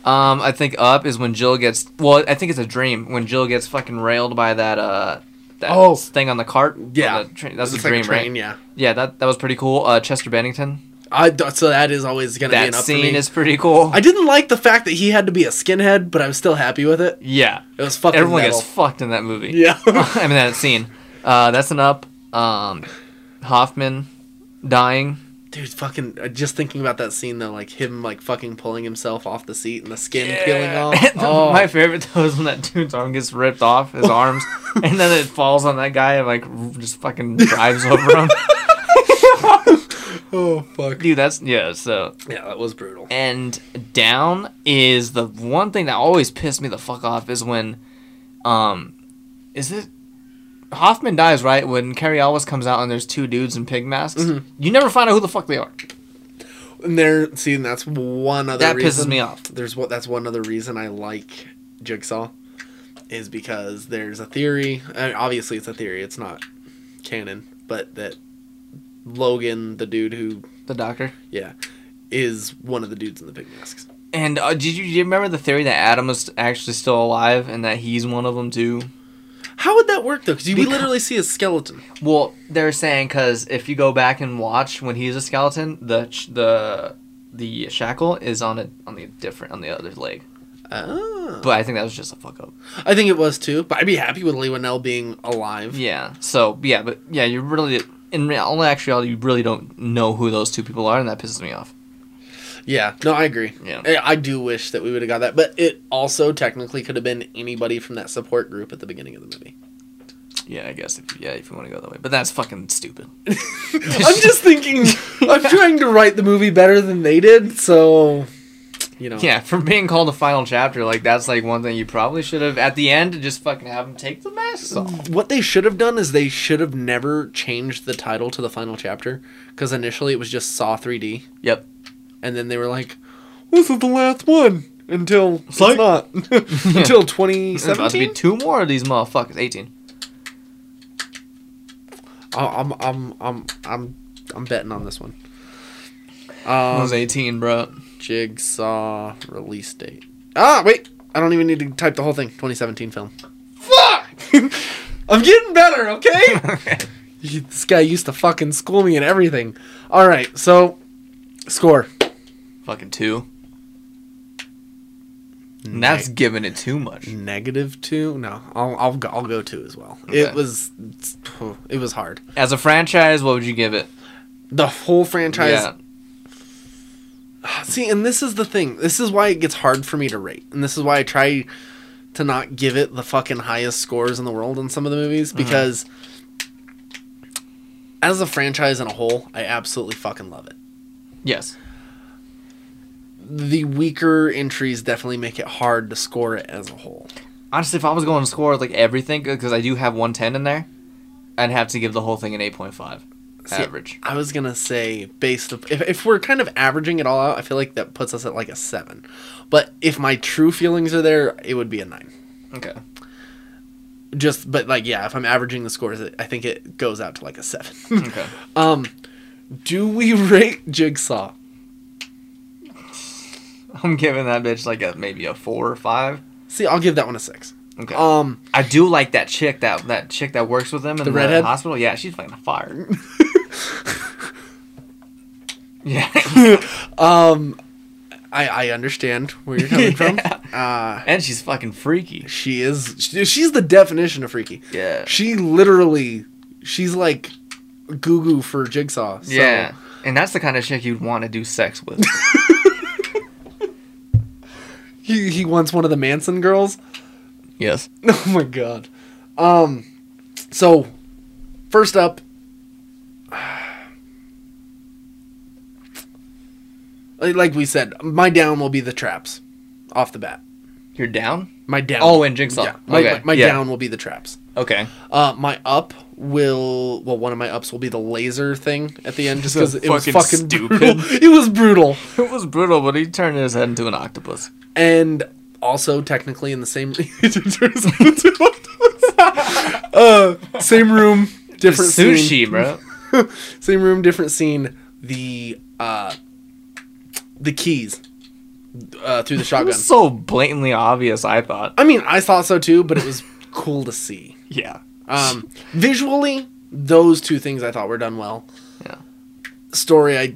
Speaker 1: Um, I think up is when Jill gets. Well, I think it's a dream when Jill gets fucking railed by that uh that
Speaker 2: Oh.
Speaker 1: thing on the cart.
Speaker 2: Yeah.
Speaker 1: On the train. that's a
Speaker 2: It's
Speaker 1: dream,
Speaker 2: like a train,
Speaker 1: right?
Speaker 2: Yeah.
Speaker 1: Yeah, that that was pretty cool. Uh, Chester Bennington.
Speaker 2: I th- so that is always gonna be
Speaker 1: That
Speaker 2: an up for
Speaker 1: scene
Speaker 2: me.
Speaker 1: is pretty cool.
Speaker 2: I didn't like the fact that he had to be a skinhead, but I was still happy with it.
Speaker 1: yeah,
Speaker 2: It was fucking
Speaker 1: everyone
Speaker 2: metal.
Speaker 1: gets fucked in that movie.
Speaker 2: yeah.
Speaker 1: [LAUGHS] I mean that scene. Uh, that's an up. Um, Hoffman dying.
Speaker 2: Dude, fucking uh, just thinking about that scene though, like him like fucking pulling himself off the seat and the skin peeling
Speaker 1: [LAUGHS]
Speaker 2: off. Oh.
Speaker 1: My favorite though is when that dude's arm gets ripped
Speaker 2: [LAUGHS]
Speaker 1: off his arms, and then it falls on that guy and like r- just fucking drives over him.
Speaker 2: oh fuck.
Speaker 1: Dude, that's yeah. So
Speaker 2: Yeah, that was brutal.
Speaker 1: and down is the one thing that always pissed me the fuck off is when, um, is it Hoffman dies right when Carrie Always comes out and there's two dudes in pig masks. You never find out who the fuck they are.
Speaker 2: And there, see, and that's one other.
Speaker 1: That pisses
Speaker 2: reason,
Speaker 1: me off.
Speaker 2: There's what that's one other reason I like Jigsaw, is because there's a theory. And obviously, it's a theory. It's not canon, but that Logan, the dude who,
Speaker 1: The doctor.
Speaker 2: yeah, is one of the dudes in the pig masks.
Speaker 1: And uh, did you, do you remember the theory that Adam is actually still alive and that he's one of them too?
Speaker 2: How would that work though? Because we
Speaker 1: Because-
Speaker 2: literally see his skeleton.
Speaker 1: Well, they're saying because if you go back and watch when he's a skeleton, the ch- the the shackle is on it on the different on the other leg.
Speaker 2: Ah.
Speaker 1: But I think that was just a fuck up.
Speaker 2: I think it was too. But I'd be happy with Lewinell being alive.
Speaker 1: Yeah. So yeah, but yeah, you really in real actuality you really don't know who those two people are, and that pisses me off.
Speaker 2: Yeah, no, I agree.
Speaker 1: Yeah.
Speaker 2: I, I do wish that we would have got that, but it also technically could have been anybody from that support group at the beginning of the
Speaker 1: [LAUGHS]
Speaker 2: movie.
Speaker 1: Yeah, I guess if yeah if you want to go that way, but that's fucking stupid.
Speaker 2: I'm just thinking, I'm trying to write the movie better than they did, so you know.
Speaker 1: Yeah, for being called the final chapter, like that's like one thing you probably should have at the end just fucking have them take the masks off.
Speaker 2: What they should have done is they should have never changed the title to the final chapter because initially it was just Saw 3D,
Speaker 1: Yep.
Speaker 2: and then they were like, "This is the last one until it's
Speaker 1: Psych.
Speaker 2: not [LAUGHS]
Speaker 1: [LAUGHS]
Speaker 2: until
Speaker 1: There's about to be
Speaker 2: 2017."
Speaker 1: two more of these motherfuckers. Eighteen.
Speaker 2: I- I'm I'm I'm I'm I'm betting on this one.
Speaker 1: I
Speaker 2: Um,
Speaker 1: was eighteen, bro.
Speaker 2: Jigsaw release date. Ah, wait. I don't even need to type the whole thing. 2017 film. Fuck! [LAUGHS] I'm getting better,
Speaker 1: [LAUGHS]
Speaker 2: okay? You- this guy used to fucking school me and everything. All right, so score.
Speaker 1: fucking two. And that's giving it too much.
Speaker 2: Ne- negative two. No, I'll I'll go, I'll go two as well. It
Speaker 1: Okay.
Speaker 2: was it's- it was hard.
Speaker 1: As a franchise, what would you give it?
Speaker 2: The whole franchise.
Speaker 1: Yeah.
Speaker 2: See, and this is the thing. This is why it gets hard for me to rate, and this is why I try to not give it the fucking highest scores in the world on some of the movies because as a franchise in a whole, I absolutely fucking love it.
Speaker 1: Yes.
Speaker 2: The weaker entries definitely make it hard to score it as a whole.
Speaker 1: Honestly, if I was going to score like everything, because I do have one ten in there, I'd have to give the whole thing an eight point five,
Speaker 2: See,
Speaker 1: average.
Speaker 2: I was gonna say based of, if if we're kind of averaging it all out, I feel like that puts us at like a seven. But if my true feelings are there, it would be a nine.
Speaker 1: Okay.
Speaker 2: Just but like yeah, if I'm averaging the scores, it, I think it goes out to like a seven. [LAUGHS]
Speaker 1: Okay. [LAUGHS]
Speaker 2: um, do we [LAUGHS] rate Jigsaw?
Speaker 1: I'm giving that bitch like a maybe a four or five.
Speaker 2: See, I'll give that one a six.
Speaker 1: Okay.
Speaker 2: Um,
Speaker 1: I do like that chick that that chick that works with them in Oh. the,
Speaker 2: redhead?
Speaker 1: hospital. Yeah, she's fucking [LAUGHS] fire. yeah. [LAUGHS]
Speaker 2: um, I I understand where you're coming
Speaker 1: [LAUGHS]
Speaker 2: from. Uh,
Speaker 1: and she's fucking freaky.
Speaker 2: she is she, she's the definition of freaky.
Speaker 1: Yeah.
Speaker 2: She literally, she's like goo goo for Jigsaw. So.
Speaker 1: Yeah. And that's the kind of chick you'd want to do sex with.
Speaker 2: He he wants one of the Manson girls.
Speaker 1: [LAUGHS] yes.
Speaker 2: [LAUGHS] Oh my god. Um so first up [SIGHS] like like we said, my down will be the traps off the bat.
Speaker 1: You're down?
Speaker 2: My down.
Speaker 1: Oh, and Jigsaw.
Speaker 2: Yeah, my,
Speaker 1: Okay,
Speaker 2: my, my
Speaker 1: yeah.
Speaker 2: down will be the traps.
Speaker 1: Okay.
Speaker 2: Uh, my up will well, one of my ups will be the laser thing at the end,
Speaker 1: [LAUGHS]
Speaker 2: just because
Speaker 1: So
Speaker 2: it was
Speaker 1: fucking
Speaker 2: fucking
Speaker 1: stupid.
Speaker 2: brutal. [LAUGHS] It was brutal.
Speaker 1: [LAUGHS] It was brutal, but he turned his head into an octopus.
Speaker 2: and also technically in the same [LAUGHS] uh, same room, different scene.
Speaker 1: Sushi, [LAUGHS] bro.
Speaker 2: Same room, different scene. The uh, the keys uh, through the
Speaker 1: It
Speaker 2: shotgun.
Speaker 1: was so blatantly obvious,
Speaker 2: [LAUGHS]
Speaker 1: I thought.
Speaker 2: I mean, I thought so too, but it was cool to see.
Speaker 1: Yeah.
Speaker 2: Um, visually, those two things I thought were done well.
Speaker 1: Yeah.
Speaker 2: Story, I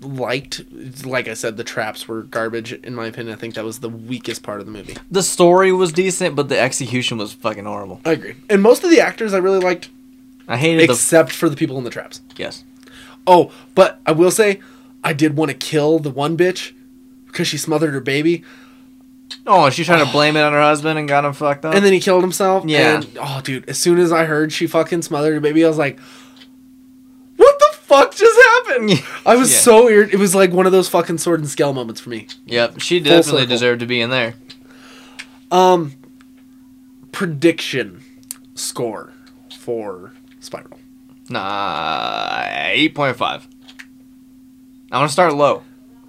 Speaker 2: liked. Like I said, the traps were garbage in my opinion. I think that was the weakest part of the movie.
Speaker 1: The story was decent, but the execution was fucking horrible.
Speaker 2: I agree. And most of the actors I really liked,
Speaker 1: I hated
Speaker 2: except for the people in the traps.
Speaker 1: the. Yes.
Speaker 2: Oh, but I will say, I did want to kill the one bitch because she smothered her baby,
Speaker 1: Oh, she's trying to blame it on her husband and got him fucked up.
Speaker 2: and then he killed himself.
Speaker 1: Yeah.
Speaker 2: And, oh, dude, as soon as I heard she fucking smothered her baby, I was like, what the fuck just
Speaker 1: [LAUGHS]
Speaker 2: happened? I was
Speaker 1: Yeah.
Speaker 2: so irritated. It was like one of those fucking sword and scale moments for me.
Speaker 1: yep, she
Speaker 2: Full
Speaker 1: definitely
Speaker 2: circle.
Speaker 1: deserved to be in there.
Speaker 2: Um, prediction score for Spiral.
Speaker 1: Nah, eight point five. I'm gonna start low.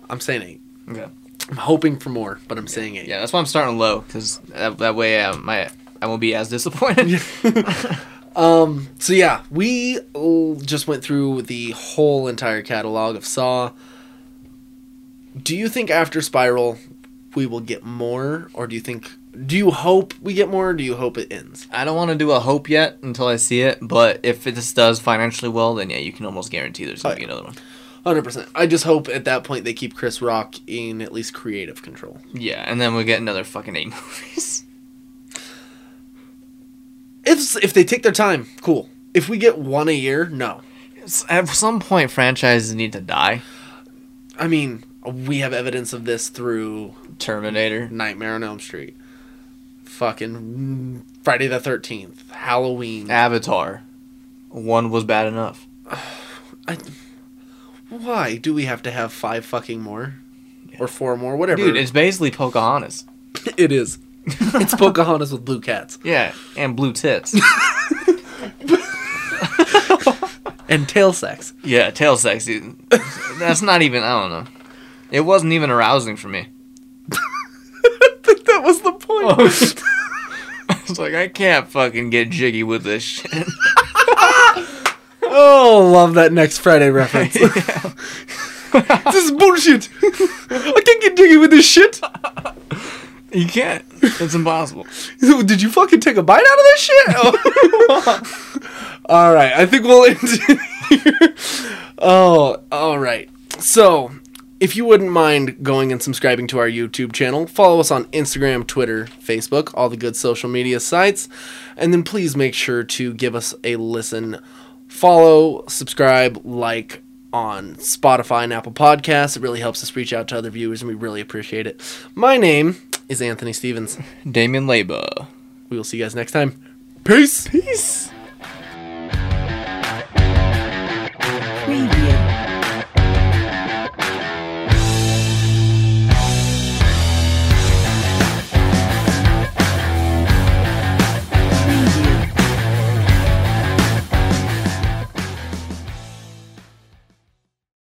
Speaker 2: I'm saying eight.
Speaker 1: Okay.
Speaker 2: I'm hoping for more, but I'm saying eight.
Speaker 1: Yeah, that's why I'm starting low because that, that way uh, my I won't be as disappointed.
Speaker 2: Um, so yeah, we l- just went through the whole entire catalog of Saw. Do you think after Spiral we will get more or do you think do you hope we get more or do you hope it ends?
Speaker 1: [LAUGHS] I don't want to do a hope yet until I see it, but if this does financially well, then yeah, you can almost guarantee there's gonna be another one.
Speaker 2: 100%. I just hope at that point they keep Chris Rock in at least creative control.
Speaker 1: Yeah, and then we get another fucking eight [LAUGHS] movies.
Speaker 2: If if they take their time, cool. If we get one a year, no.
Speaker 1: S- At some point, franchises need to die.
Speaker 2: I mean, we have evidence of this through
Speaker 1: Terminator.
Speaker 2: Nightmare on Elm Street. Fucking Friday the 13th, Halloween.
Speaker 1: Avatar. One was bad enough.
Speaker 2: Why do we have to have five fucking more? or four or more, whatever.
Speaker 1: Dude, it's basically Pocahontas.
Speaker 2: [LAUGHS] it is. it's Pocahontas with blue cats
Speaker 1: Yeah, and blue [LAUGHS] tits.
Speaker 2: and tail sex.
Speaker 1: yeah, tail sex. dude. That's not even. I don't know. It wasn't even arousing for me.
Speaker 2: [LAUGHS]
Speaker 1: [LAUGHS]
Speaker 2: I think that was the point.
Speaker 1: I was like, I can't fucking get jiggy with this shit.
Speaker 2: Oh, love that next Friday [LAUGHS] reference. [LAUGHS] this is bullshit. I can't get jiggy with this shit.
Speaker 1: You can't. It's impossible.
Speaker 2: [LAUGHS] Did you fucking take a bite out of this shit? Oh. [LAUGHS] all right, I think we'll end it here. Oh, all right. So, if you wouldn't mind going and subscribing to our YouTube channel, follow us on Instagram, Twitter, Facebook, all the good social media sites, and then please make sure to give us a listen. Follow, subscribe, like on Spotify and Apple Podcasts. It really helps us reach out to other viewers, and we really appreciate it. My name is Anthony Stevens.
Speaker 1: Damien Labor.
Speaker 2: We will see you guys next time. Peace.
Speaker 1: Peace.